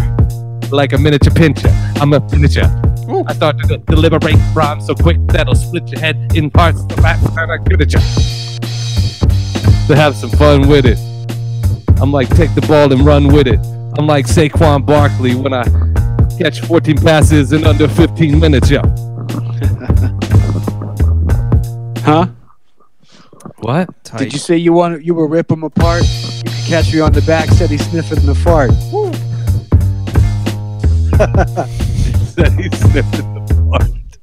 like a miniature pincher. I'm a miniature. I thought to de- deliberate rhymes so quick that'll split your head in parts. The rap that I give it ya. To have some fun with it. I'm like, take the ball and run with it. I'm like Saquon Barkley when I catch 14 passes in under 15 minutes, yo. Huh? What? Did you say you want you will rip them apart? You can catch me on the back. Said he's sniffing the fart. Said he sniffed in the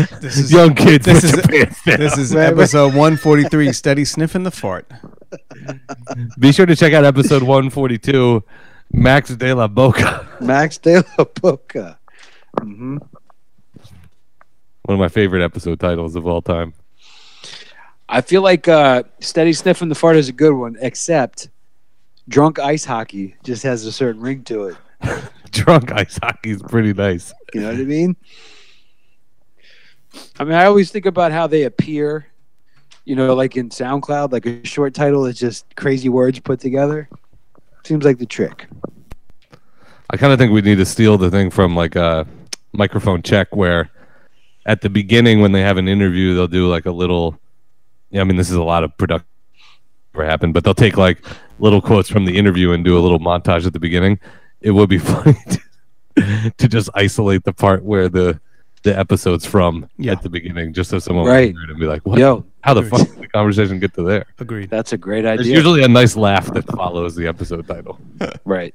fart. This is Young kids, this this is- is pants down. this is Wait, wait. episode 143. Steady sniffing the fart. Be sure to check out episode 142, Max de la Boca. Max De La Boca. hmm One of my favorite episode titles of all time. I feel like uh, steady sniffing the fart is a good one, except drunk ice hockey just has a certain ring to it. Drunk ice hockey is pretty nice. You know what I mean? I mean, I always think about how they appear. You know, like in SoundCloud, like a short title is just crazy words put together. Seems like the trick. I kind of think we need to steal the thing from like a microphone check where at the beginning when they have an interview they'll do like a little yeah, I mean this is a lot of production ever happened but they'll take like little quotes from the interview and do a little montage at the beginning. It would be funny to, to just isolate the part where the the episode's from Yeah. at the beginning just so someone Right. can hear it and be like, "What? Yo, How the fuck did the conversation get to there?" Agreed. that's a great There's idea. usually a nice laugh that follows the episode title. right.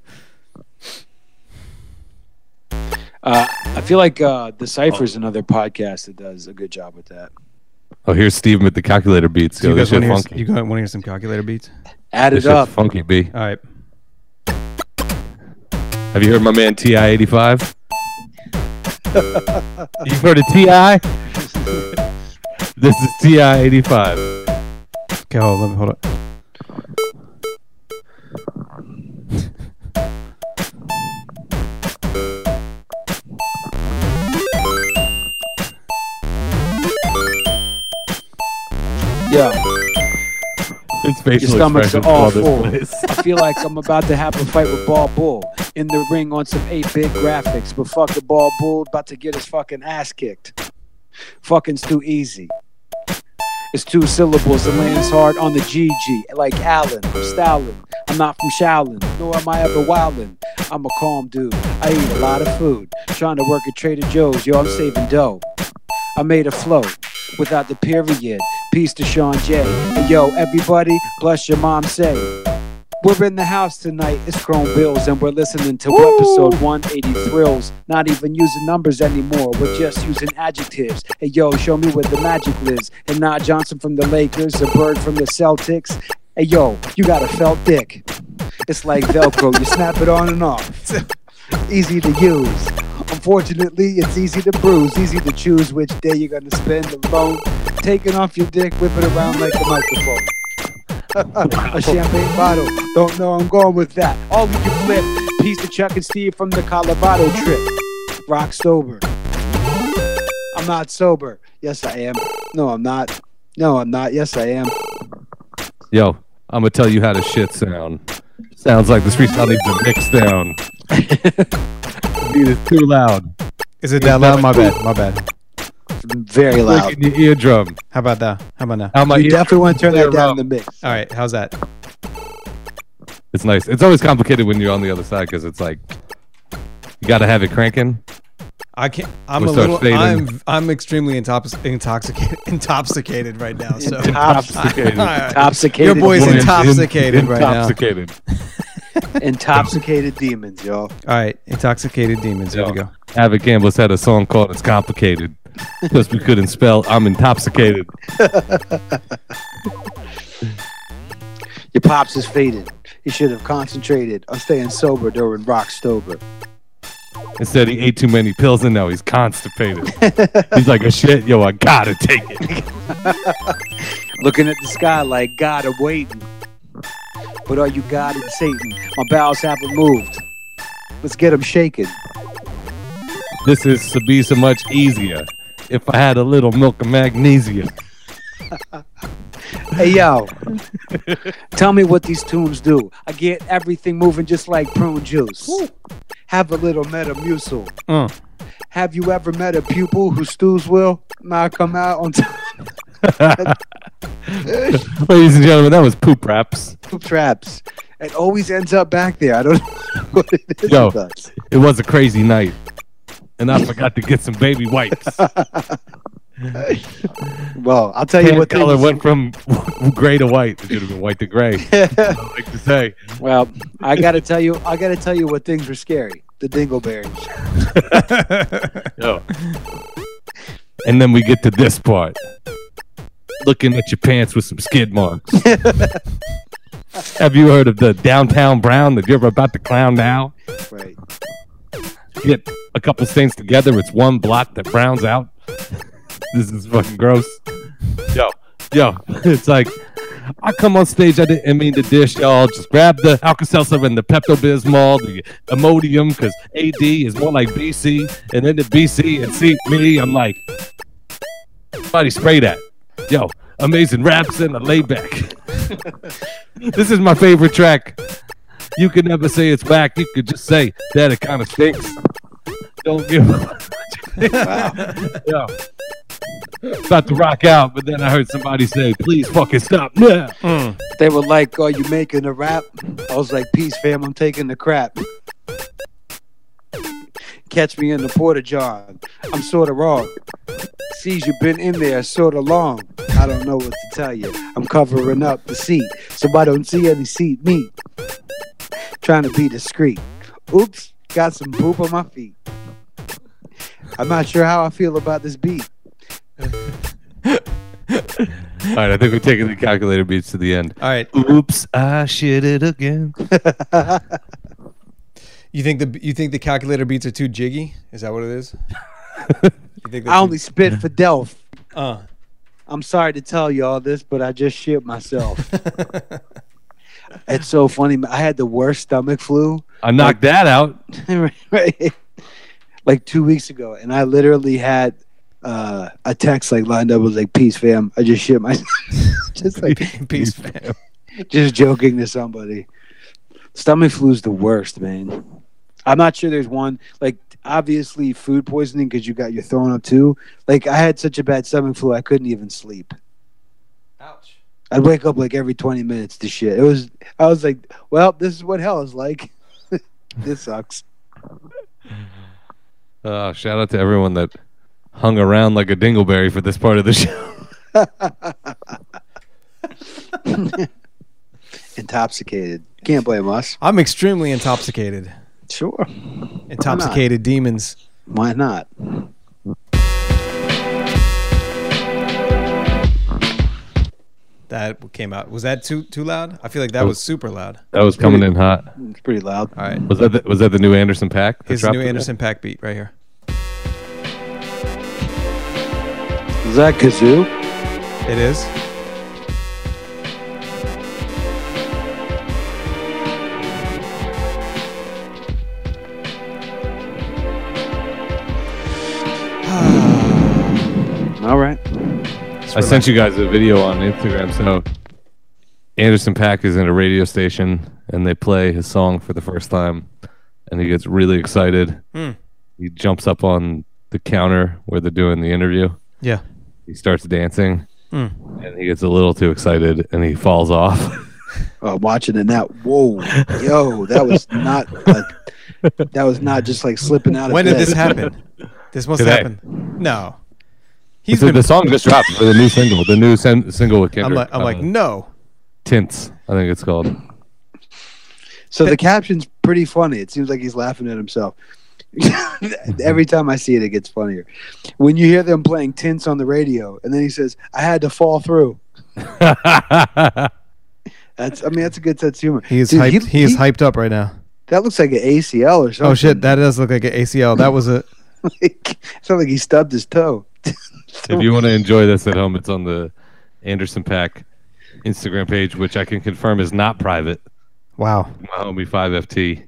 Uh, I feel like uh, the Cipher's another podcast that does a good job with that. Oh, here's Steve with the calculator beats. So Yo, you this guys shit want to hear, funky. you want to hear some calculator beats? Add This it shit's up. funky, B. All right. Have you heard my man TI85? You've heard of TI? this is TI85. Okay, hold on. Hold on. Yeah. His facial stomach's expressions all all full. this place. I feel like I'm about to have a fight with Ball Bull in the ring on some 8 bit graphics, but fuck the Ball Bull, about to get his fucking ass kicked. Fucking's too easy. It's two syllables, it lands hard on the GG, like Allen, I'm Stalin. I'm not from Shaolin, nor am I ever wildin'. I'm a calm dude, I eat a lot of food. Trying to work at Trader Joe's, yo, I'm saving dough. I made a flow without the period. Peace to Sean J. And yo, everybody, bless your mom say. We're in the house tonight. It's Chrome Bills, and we're listening to episode 180 Thrills. Not even using numbers anymore. We're just using adjectives. Hey, yo, show me where the magic lives. And not Johnson from the Lakers, a bird from the Celtics. Hey, yo, you got a felt dick. It's like Velcro. you snap it on and off. Easy to use. Unfortunately, it's easy to bruise. Easy to choose which day you're going to spend alone. Taking off your dick, whip it around like a microphone a champagne bottle. Don't know I'm going with that. All we can flip. Piece to Chuck and Steve from the Colorado trip. Rock sober. I'm not sober. Yes, I am. No, I'm not. No, I'm not. Yes, I am. Yo, I'm gonna tell you how the shit sound. Sounds like the streets not even mixed down. Beat is too loud. Is it that loud? My bad. My bad. Very loud. Breaking your eardrum. How about that? How about now? How my You ear- definitely want to turn that Clear down up. in the mix. All right. How's that? It's nice. It's always complicated when you're on the other side because it's like you gotta have it cranking. I can't. I'm We a start little. fading. I'm. I'm extremely intox- intoxicated. Intoxicated right now. So. Intoxicated. All right. Intoxicated. Your boy's Boy, intoxicated in- right now. Intoxicated. Intoxicated demons, y'all. All right, intoxicated demons. Here we go. Abbott Gamble's had a song called It's Complicated because we couldn't spell I'm intoxicated. Your pops is faded. You should have concentrated on staying sober during Rockstober. Instead, he ate too many pills and now he's constipated. he's like, a shit, yo, I gotta take it. Looking at the sky like God, I'm waiting. But are you God and Satan? My bowels haven't moved. Let's get them shaken. This is to be so much easier if I had a little milk of magnesia. Hey, yo. Tell me what these tunes do. I get everything moving just like prune juice. Have a little metamucil. Uh. Have you ever met a pupil who stews will not come out on time? Ladies and gentlemen, that was poop raps. traps? It always ends up back there. I don't know what it is. Yo. with us. It was a crazy night. And I forgot to get some baby wipes. Well, I'll tell you Tan what. color went things- from gray to white. It should have been white to gray. I like to say. Well, I gotta tell you, I gotta tell you what things were scary. The dingleberries. And then we get to this part. Looking at your pants with some skid marks. Have you heard of the downtown brown that you're about to clown now? Right. Get a couple stains together, it's one blot that browns out. this is fucking gross. Yo, yo, it's like I come on stage, I didn't mean to dish y'all. Just grab the Alka Seltzer and the Pepto Bismol, the Imodium, because AD is more like BC, and then the BC and see me, I'm like, somebody spray that. Yo, amazing raps and a layback. this is my favorite track. You can never say it's whack. You could just say that it kind of stinks. Don't give up. Yo. About to rock out, but then I heard somebody say, please fucking stop. Yeah. They were like, "Are you making a rap?" I was like, "Peace, fam. I'm taking the crap." Catch me in the porta john. I'm sort of wrong. Sees you've been in there sort of long. I don't know what to tell you. I'm covering up the seat, so I don't see any seat meat. Trying to be discreet. Oops, got some poop on my feet. I'm not sure how I feel about this beat. All right, I think we're taking the calculator beats to the end. All right, Oops, I shit it again. you think the you think the calculator beats are too jiggy? Is that what it is? You think they're I too- only spit for Delph. uh. I'm sorry to tell you all this, but I just shit myself. it's so funny. man. I had the worst stomach flu I knocked that out. right? like two weeks ago, and I literally had uh, a text like lined up was like, "Peace, fam. I just shit myself." just like Peace, fam. just joking to somebody. Stomach flu's the worst, man. I'm not sure there's one like obviously food poisoning because you got your thrown up too. Like I had such a bad stomach flu, I couldn't even sleep. Ouch. I'd wake up like every 20 minutes to shit. It was, I was like, well, this is what hell is like. this sucks. Uh, shout out to everyone that hung around like a dingleberry for this part of the show. Intoxicated. Can't blame us. I'm extremely intoxicated. Sure. Intoxicated demons. Why not? That came out. Was that too too loud? I feel like that was super loud. That was coming in hot. It's pretty loud. All right. Was that the, was that the new Anderson Pack? that Here's the dropped new today? Anderson Pack beat right here. Is that kazoo? It is. All right. I sent you guys a video on Instagram. So Anderson Pack is in a radio station and they play his song for the first time and he gets really excited. Hmm. He jumps up on the counter where they're doing the interview. Yeah. He starts dancing Hmm. and he gets a little too excited and he falls off. Uh, watching it now. Whoa. Yo, that was not like, that was not just like slipping out of When did bed. this happen? This must Today. happen. No. He's so been. the song just dropped for the new single, the new sin- single with Um, I'm Kendrick. like, I'm like, uh, no. Tints, I think it's called. So the caption's pretty funny. It seems like he's laughing at himself. Every time I see it, it gets funnier. When you hear them playing tints on the radio, and then he says, "I had to fall through." That's I mean, that's a good sense of humor. He is Dude, hyped. He, is he- hyped up right now. That looks like an ACL or something. Oh shit, that does look like an ACL. That was a. like, it's not like he stubbed his toe. If you want to enjoy this at home, it's on the Anderson Pack Instagram page, which I can confirm is not private. Wow. My homie 5FT.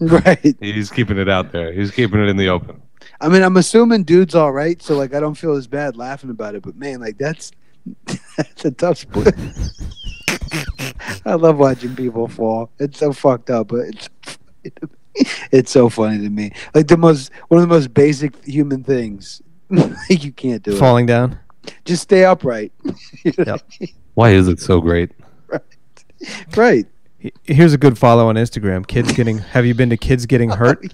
right. He's keeping it out there. He's keeping it in the open. I mean, I'm assuming dude's all right, so like I don't feel as bad laughing about it. But man, like that's that's a tough split. I love watching people fall. It's so fucked up, but it's it's so funny to me. Like the most one of the most basic human things. like you can't do Falling down. it. Just stay upright. Why is it so great? Right. He- Here's a good follow on Instagram. Kids getting. Have you been to kids getting hurt?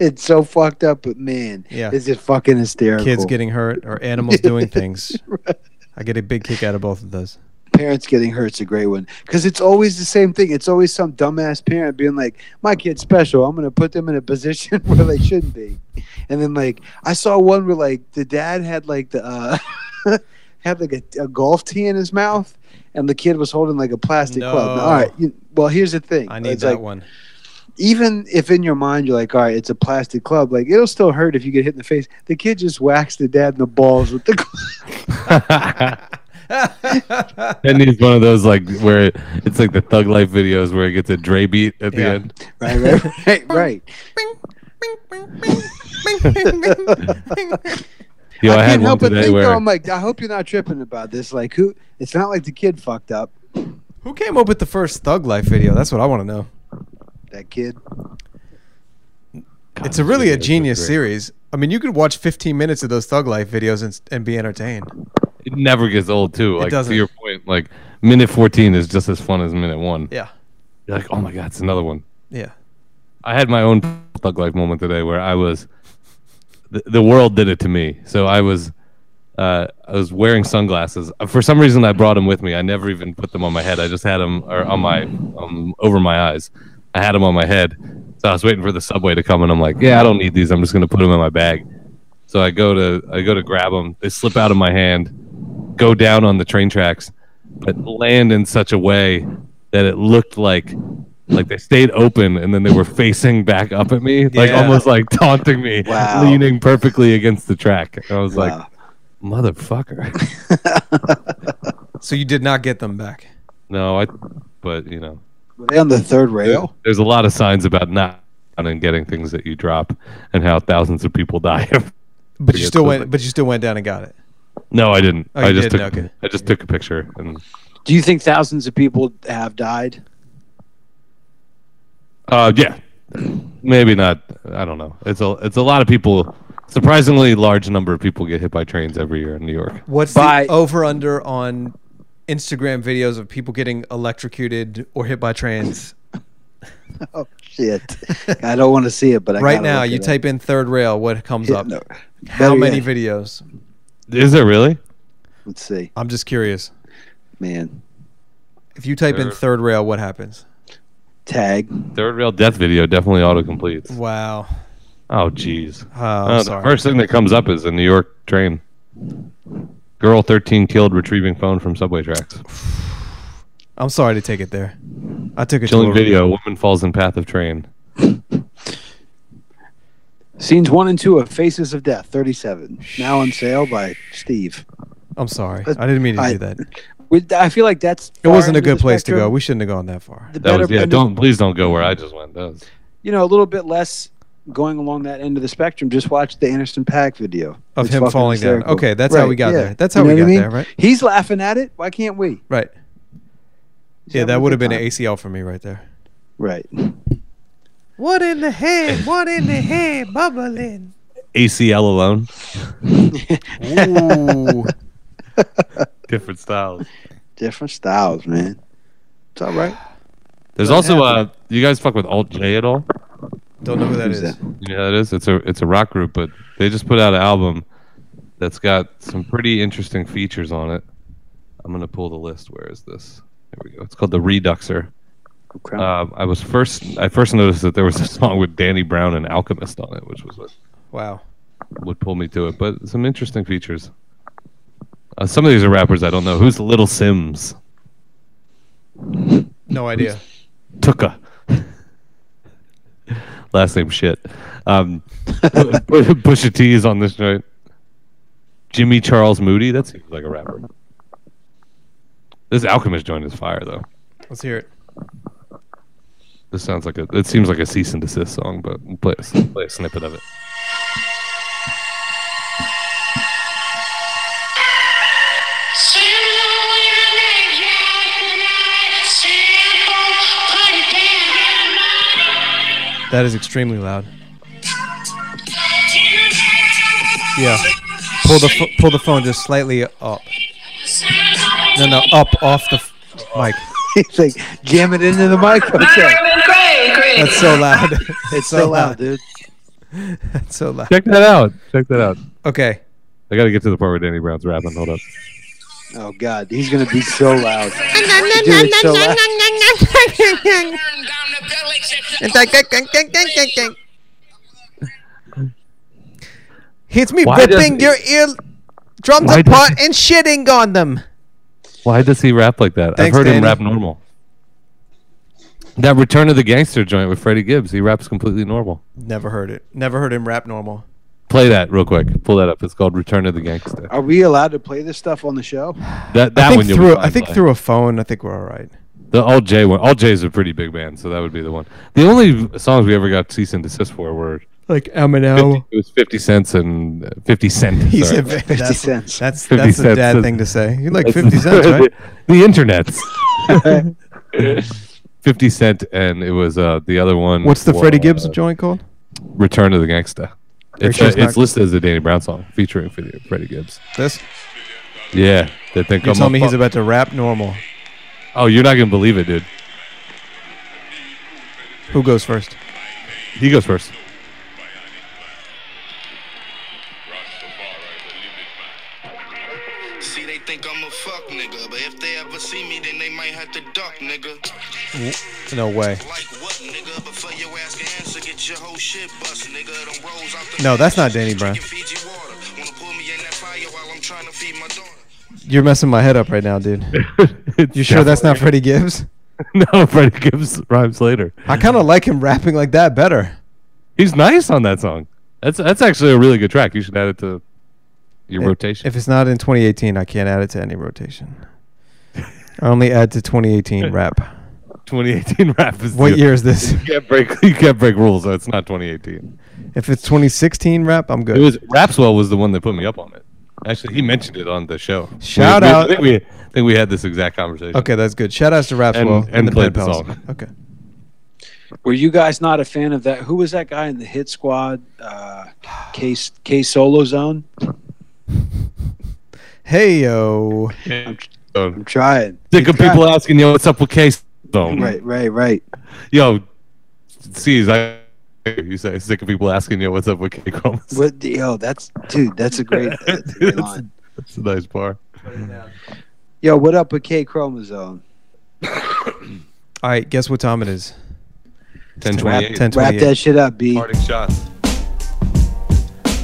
It's so fucked up, but man, Yeah. is it fucking hysterical? Kids getting hurt or animals doing things. I get a big kick out of both of those. parents getting hurt's a great one because it's always the same thing. It's always some dumbass parent being like, "My kid's special. I'm going to put them in a position where they shouldn't be." And then like I saw one where like the dad had like the uh, had like a, a golf tee in his mouth, and the kid was holding like a plastic club. No. Now, all right, you, well here's the thing. I need It's that like, one. Even if in your mind you're like, "All right, it's a plastic club," like it'll still hurt if you get hit in the face. The kid just whacks the dad in the balls with the. That needs one of those like where it's like the Thug Life videos where it gets a Dre beat at the Yeah. end. right, right, right, right. Yo, I, I, had can't one help but today think where though, I'm like, I hope you're not tripping about this. Like, who? It's not like the kid fucked up. Who came up with the first Thug Life video? That's what I want to know. That kid. It's a really a videos are genius great. series. I mean, you could watch 15 minutes of those Thug Life videos and, and be entertained. it never gets old too. Like doesn't. to your point, like minute fourteen is just as fun as minute one. Yeah. You're like, oh my god, it's another one. Yeah. I had my own thug life moment today where I was the, the world did it to me. So I was uh, I was wearing sunglasses. Uh, For some reason I brought them with me. I never even put them on my head. I just had them or on my um, over my eyes. I had them on my head. So I was waiting for the subway to come and I'm like, "Yeah, I don't need these. I'm just going to put them in my bag." So I go to I go to grab them. They slip out of my hand, go down on the train tracks, but land in such a way that it looked like like they stayed open and then they were facing back up at me, like Yeah. almost like taunting me, Wow. leaning perfectly against the track. And I was like, Wow. "Motherfucker!" So you did not get them back. no, I. But you know, Were they on the third rail? there's a lot of signs about not and getting things that you drop, and how thousands of people die. But you Yeah, still Thug went. Life. But you still went down and got it. no, I didn't. Oh, you I just didn't, took. okay. I just took a picture and. Do you think thousands of people have died? Uh, yeah, maybe not. I don't know. It's a it's a lot of people. Surprisingly large number of people get hit by trains every year in New York. What's By- the over under on Instagram videos of people getting electrocuted or hit by trains? Oh shit! I don't want to see it, but I right gotta now, look you it up. type in third rail. What comes Yeah, up? no. How Better many yet, videos? Is there really? Let's see, I'm just curious. man. If you type in Third- third rail, what happens? Tag. Third rail death video definitely autocompletes. Wow. Oh, jeez. Oh, I'm Uh, the sorry. first thing that comes up is a New York train. Girl 13 killed retrieving phone from subway tracks. I'm sorry to take it there. I took it. to Chilling a- video. Woman falls in path of train. Scenes one and two of Faces of Death, thirty-seven. Now on sale by Steve. I'm sorry. That's- I didn't mean to I- do that. We- I feel like that's. It wasn't far a into good the place to go. spectrum. We shouldn't have gone that far. The That was better- yeah. and the- Don't please don't go where I just went. That was- you know, a little bit less going along that end of the spectrum. Just watch the Anderson Pack video Of It's him fucking falling down. hysterical. Okay, that's how we got there. That's how we what got there, right? He's laughing at it. Why can't we? Right. He's Yeah, having a that would have good been an time. ACL for me right there. Right. What in the head? What in the head? Bubbling. ACL alone. Ooh. Different styles. Different styles, man. It's all right. There's also uh, you guys fuck with Alt J at all? Don't know who that Who's is. that? You know how it is. It's a it's a rock group, but they just put out an album that's got some pretty interesting features on it. I'm gonna pull the list. Where is this? There we go. It's called the Reduxer. Crown. Um, I was first. I first noticed that there was a song with Danny Brown and Alchemist on it, which was what Wow. would pull me to it. But some interesting features. Uh, some of these are rappers I don't know. Who's Little Sims? No idea. Tuka. Last name shit. Um, Pusha T is on this joint. Jimmy Charles Moody. That seems like a rapper. This Alchemist joint is fire though. Let's hear it. This sounds like a. It seems like a cease and desist song, but we'll play a, play a snippet of it. That is extremely loud. Yeah. Pull the pho- pull the phone just slightly up. No, Oh. no, up off the f- mic. He's like, jam it into the microphone. That's so loud. It's so loud, dude. It's so loud. Check that out. Check that out. Okay. I got to get to the part where Danny Brown's rapping. Hold up. Oh god, he's gonna be so loud. Dude, it's so loud. Hits me Why does ripping it- your ear drums Why does apart it- and shitting on them. Why does he rap like that? Thanks, I've heard Danny. him rap normal. That Return of the Gangster joint with Freddie Gibbs, he raps completely normal. Never heard it. Never heard him rap normal. Play that real quick. Pull that up. It's called Return of the Gangster. Are we allowed to play this stuff on the show? That that Oh, I one think you'll through be fine I think playing. through a phone. I think we're all right. the All J one. All J's a pretty big band, so that would be the one. The only songs we ever got cease and desist for were Like 50, Eminem. it was fifty cents and uh, fifty cent. He sorry. said fifty Fifty that's, cents. That's 50 that's a cents dad is- thing to say. You like That's- fifty cents, right? the, the internet's. Fifty Cent and it was uh, the other one. What's the Freddie Gibbs was- joint called? Return of the Gangsta. It's, sure it's uh, it's not- listed as a Danny Brown song featuring Fre- Freddie Gibbs. This. Yeah, they think You I'm tell a me he's fuck- about to rap normal. Oh, you're not gonna believe it, dude. Who goes first? He goes first. See, they think I'm a fuck nigga, but if they ever see me, then they might have to duck, nigga. No way. Like what, nigga? Before your ass can answer, get your whole shit bust, nigga. Them rolls out the No, that's not Danny Brown. Fiji water. Wanna pull me in that fire while I'm trying to feed my daughter. You're messing my head up right now, dude. It's You sure that's not Freddie Gibbs? definitely- no Freddie Gibbs rhymes later. I kind of like him rapping like that better. He's nice on that song. That's that's actually a really good track. You should add it to your If- rotation. If it's not in 2018, I can't add it to any rotation. I only add to 2018 rap. 2018 rap is What the- year is this? You can't break you can't break rules. So it's not 2018. If it's 2016 rap, I'm good. It was Rapswell was the one that put me up on it. Actually, he mentioned it on the show. Shout We- we- out- I think we I think we had this exact conversation. okay, that's good. Shout outs to And- Rapswell and played the Pals. song. Okay. Were you guys not a fan of that? Who was that guy in the Hit Squad? Uh, K K Solo Zone. Hey yo, So- I'm trying. Sick of Try- people asking, yo, what's up with Case Zone? Right, right, right. Yo, C's, I you say sick of people asking, yo, what's up with K Chromas? What? the- Yo, that's dude. That's a great, that's a great That's- line. That's a nice bar. Yo, what up with K chromosome? all right. Guess what time it is? 1028. 10 Wrap that shit up, B. Parting shots.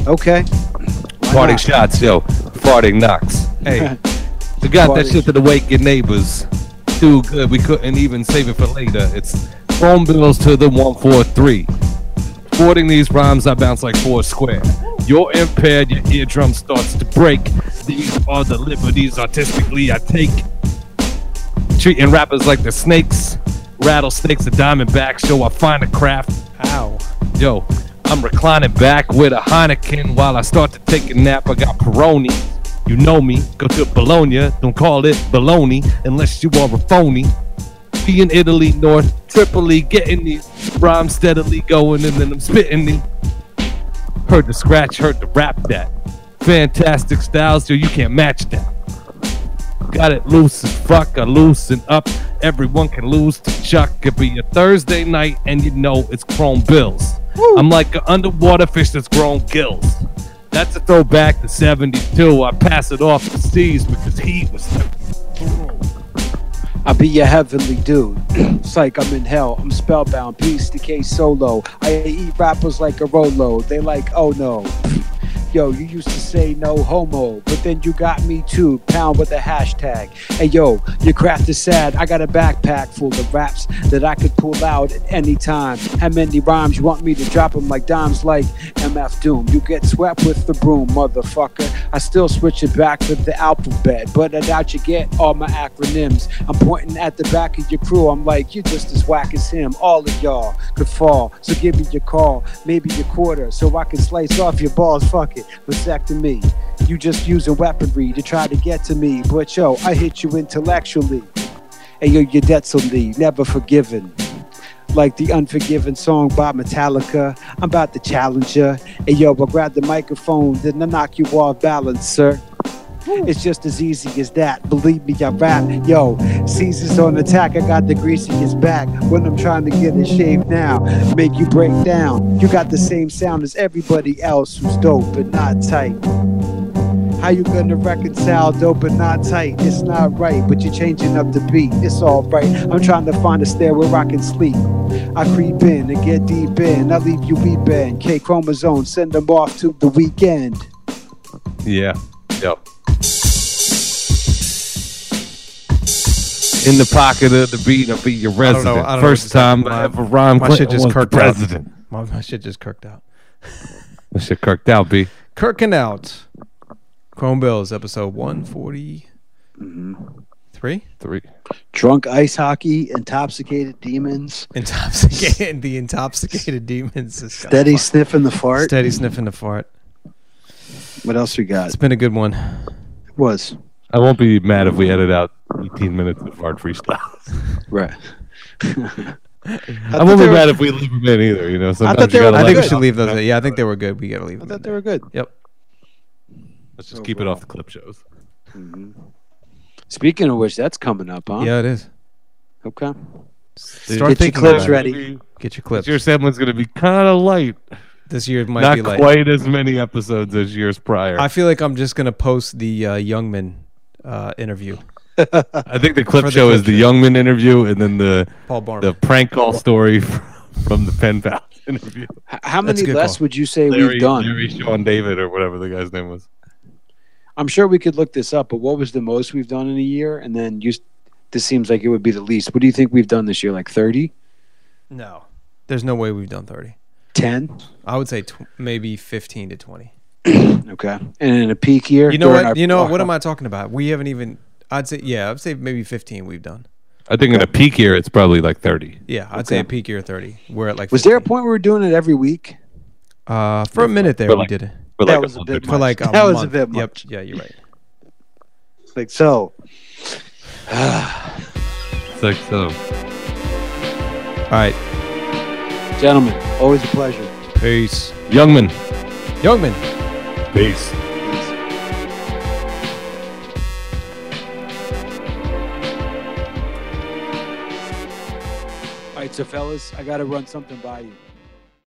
Okay. Why Parting not? shots, yo. Farting knocks. Hey, We got that Farting. shit to the waking neighbors. Too good, we couldn't even save it for later. It's phone bills to the 143. Sporting these rhymes, I bounce like four square. You're impaired, your eardrum starts to break. These are the liberties artistically I take. Treating rappers like the snakes. Rattlesnakes and diamondbacks, yo, I find a craft. ow. Yo, I'm reclining back with a Heineken while I start to take a nap. I got Peroni. You know me, go to Bologna. Don't call it baloney unless you are a phony. Be in Italy, North Tripoli, getting these rhymes steadily going, and then I'm spitting these. Heard the scratch, heard the rap that. Fantastic styles, yo, you can't match that. Got it loose as fuck, I loosen up. Everyone can lose to Chuck. It be a Thursday night, and you know it's Chrome Bills. I'm like an underwater fish that's grown gills. That's a throwback to 72. I pass it off to Steez because he was. the- I be a heavenly dude. it's like I'm in hell. I'm spellbound. Peace decay solo. I eat rappers like a Rolo. They like, oh no. Yo, you used to say no homo, but then you got me too. Pound with a hashtag. Hey yo, your craft is sad. I got a backpack full of raps that I could pull out at any time. How many rhymes you want me to drop them like dimes like MF Doom? You get swept with the broom, motherfucker. I still switch it back with the alphabet, but I doubt you get all my acronyms. I'm pointing at the back of your crew. I'm like, you're just as whack as him. All of y'all could fall. So give me your call, maybe your quarter, so I can slice off your balls. Fuck it, vasectomy. You just using weaponry to try to get to me, but yo, I hit you intellectually. And yo, your debts will leave, never forgiven like the Unforgiven song by Metallica. I'm about to challenge ya. Hey yo, I grab the microphone, then I knock you off balance, sir. It's just as easy as that. Believe me, I rap. Yo, Caesar's on attack. I got the greasiest back when I'm trying to get in shape now. Make you break down. You got the same sound as everybody else who's dope but not tight. How you gonna reconcile dope but not tight? It's not right, but you're changing up the beat. It's all right. I'm trying to find a stair where I can sleep. I creep in and get deep in. I leave you weeping. K chromosome, send them off to the weekend. Yeah. Yep. In the pocket of the beat, I'll be your don't know- resident. I don't know what First to say. time My- I ever rhymed. my Clinton shit just was kirked out. president. My, my shit just kirked out. My shit kirked out, B. Kirking out. Chrome Bills, episode 143. Mm-hmm. Three. Drunk ice hockey, intoxicated demons, Intoxicated, the intoxicated demons. This guy's steady fun. sniffing the fart. steady sniffing the fart. What else we got? It's been a good one. Was I won't be mad if we edit out 18 minutes of hard freestyle. right. I won't be mad if we leave them in either. You know, sometimes thought they you were- gotta I let think we it should out. leave those. Yeah, I think they were good. We gotta leave them. I thought in they there. were good. Yep. Let's just keep it off the clip shows. Speaking of which, that's coming up, huh? Yeah, it is. Okay. Start Get your thinking about clips it. ready. Get your clips. Your segment's gonna be kind of light. This year might be Not like. quite as many episodes as years prior. I I, feel like I'm just gonna post the uh, Youngman uh, interview. think the for clip the show is clip the Youngman interview and then the Paul Barnum. the prank call story from, from the pen pal interview. H- How That's a many good less call. would you say Larry, we've done? Larry Sean David or whatever the guy's name was. I'm sure we could look this up, but what was the most we've done in a year? And then you, s- this seems like it would be the least. What do you think we've done this year? Like 30, no, there's no way we've done 30. 10? I would say tw- maybe 15 to 20. Okay. And in a peak year, You know during what? our- You know what? What am I talking about? We haven't even. I'd say yeah. I'd say maybe 15 we've done. I think in a peak year, it's probably like 30. Yeah, I'd say Okay. a peak year 30. We're at like. Was there a 15. point where we were doing it every week? Uh, for a minute there, For we like- did it For That like was a hundred bit for months. like a That was a month. bit Yep. much. Yeah, you're right. Like so. It's like so. All right. Gentlemen, always a pleasure. Peace. Youngman. Youngman. Peace. All right, so fellas, I got to run something by you.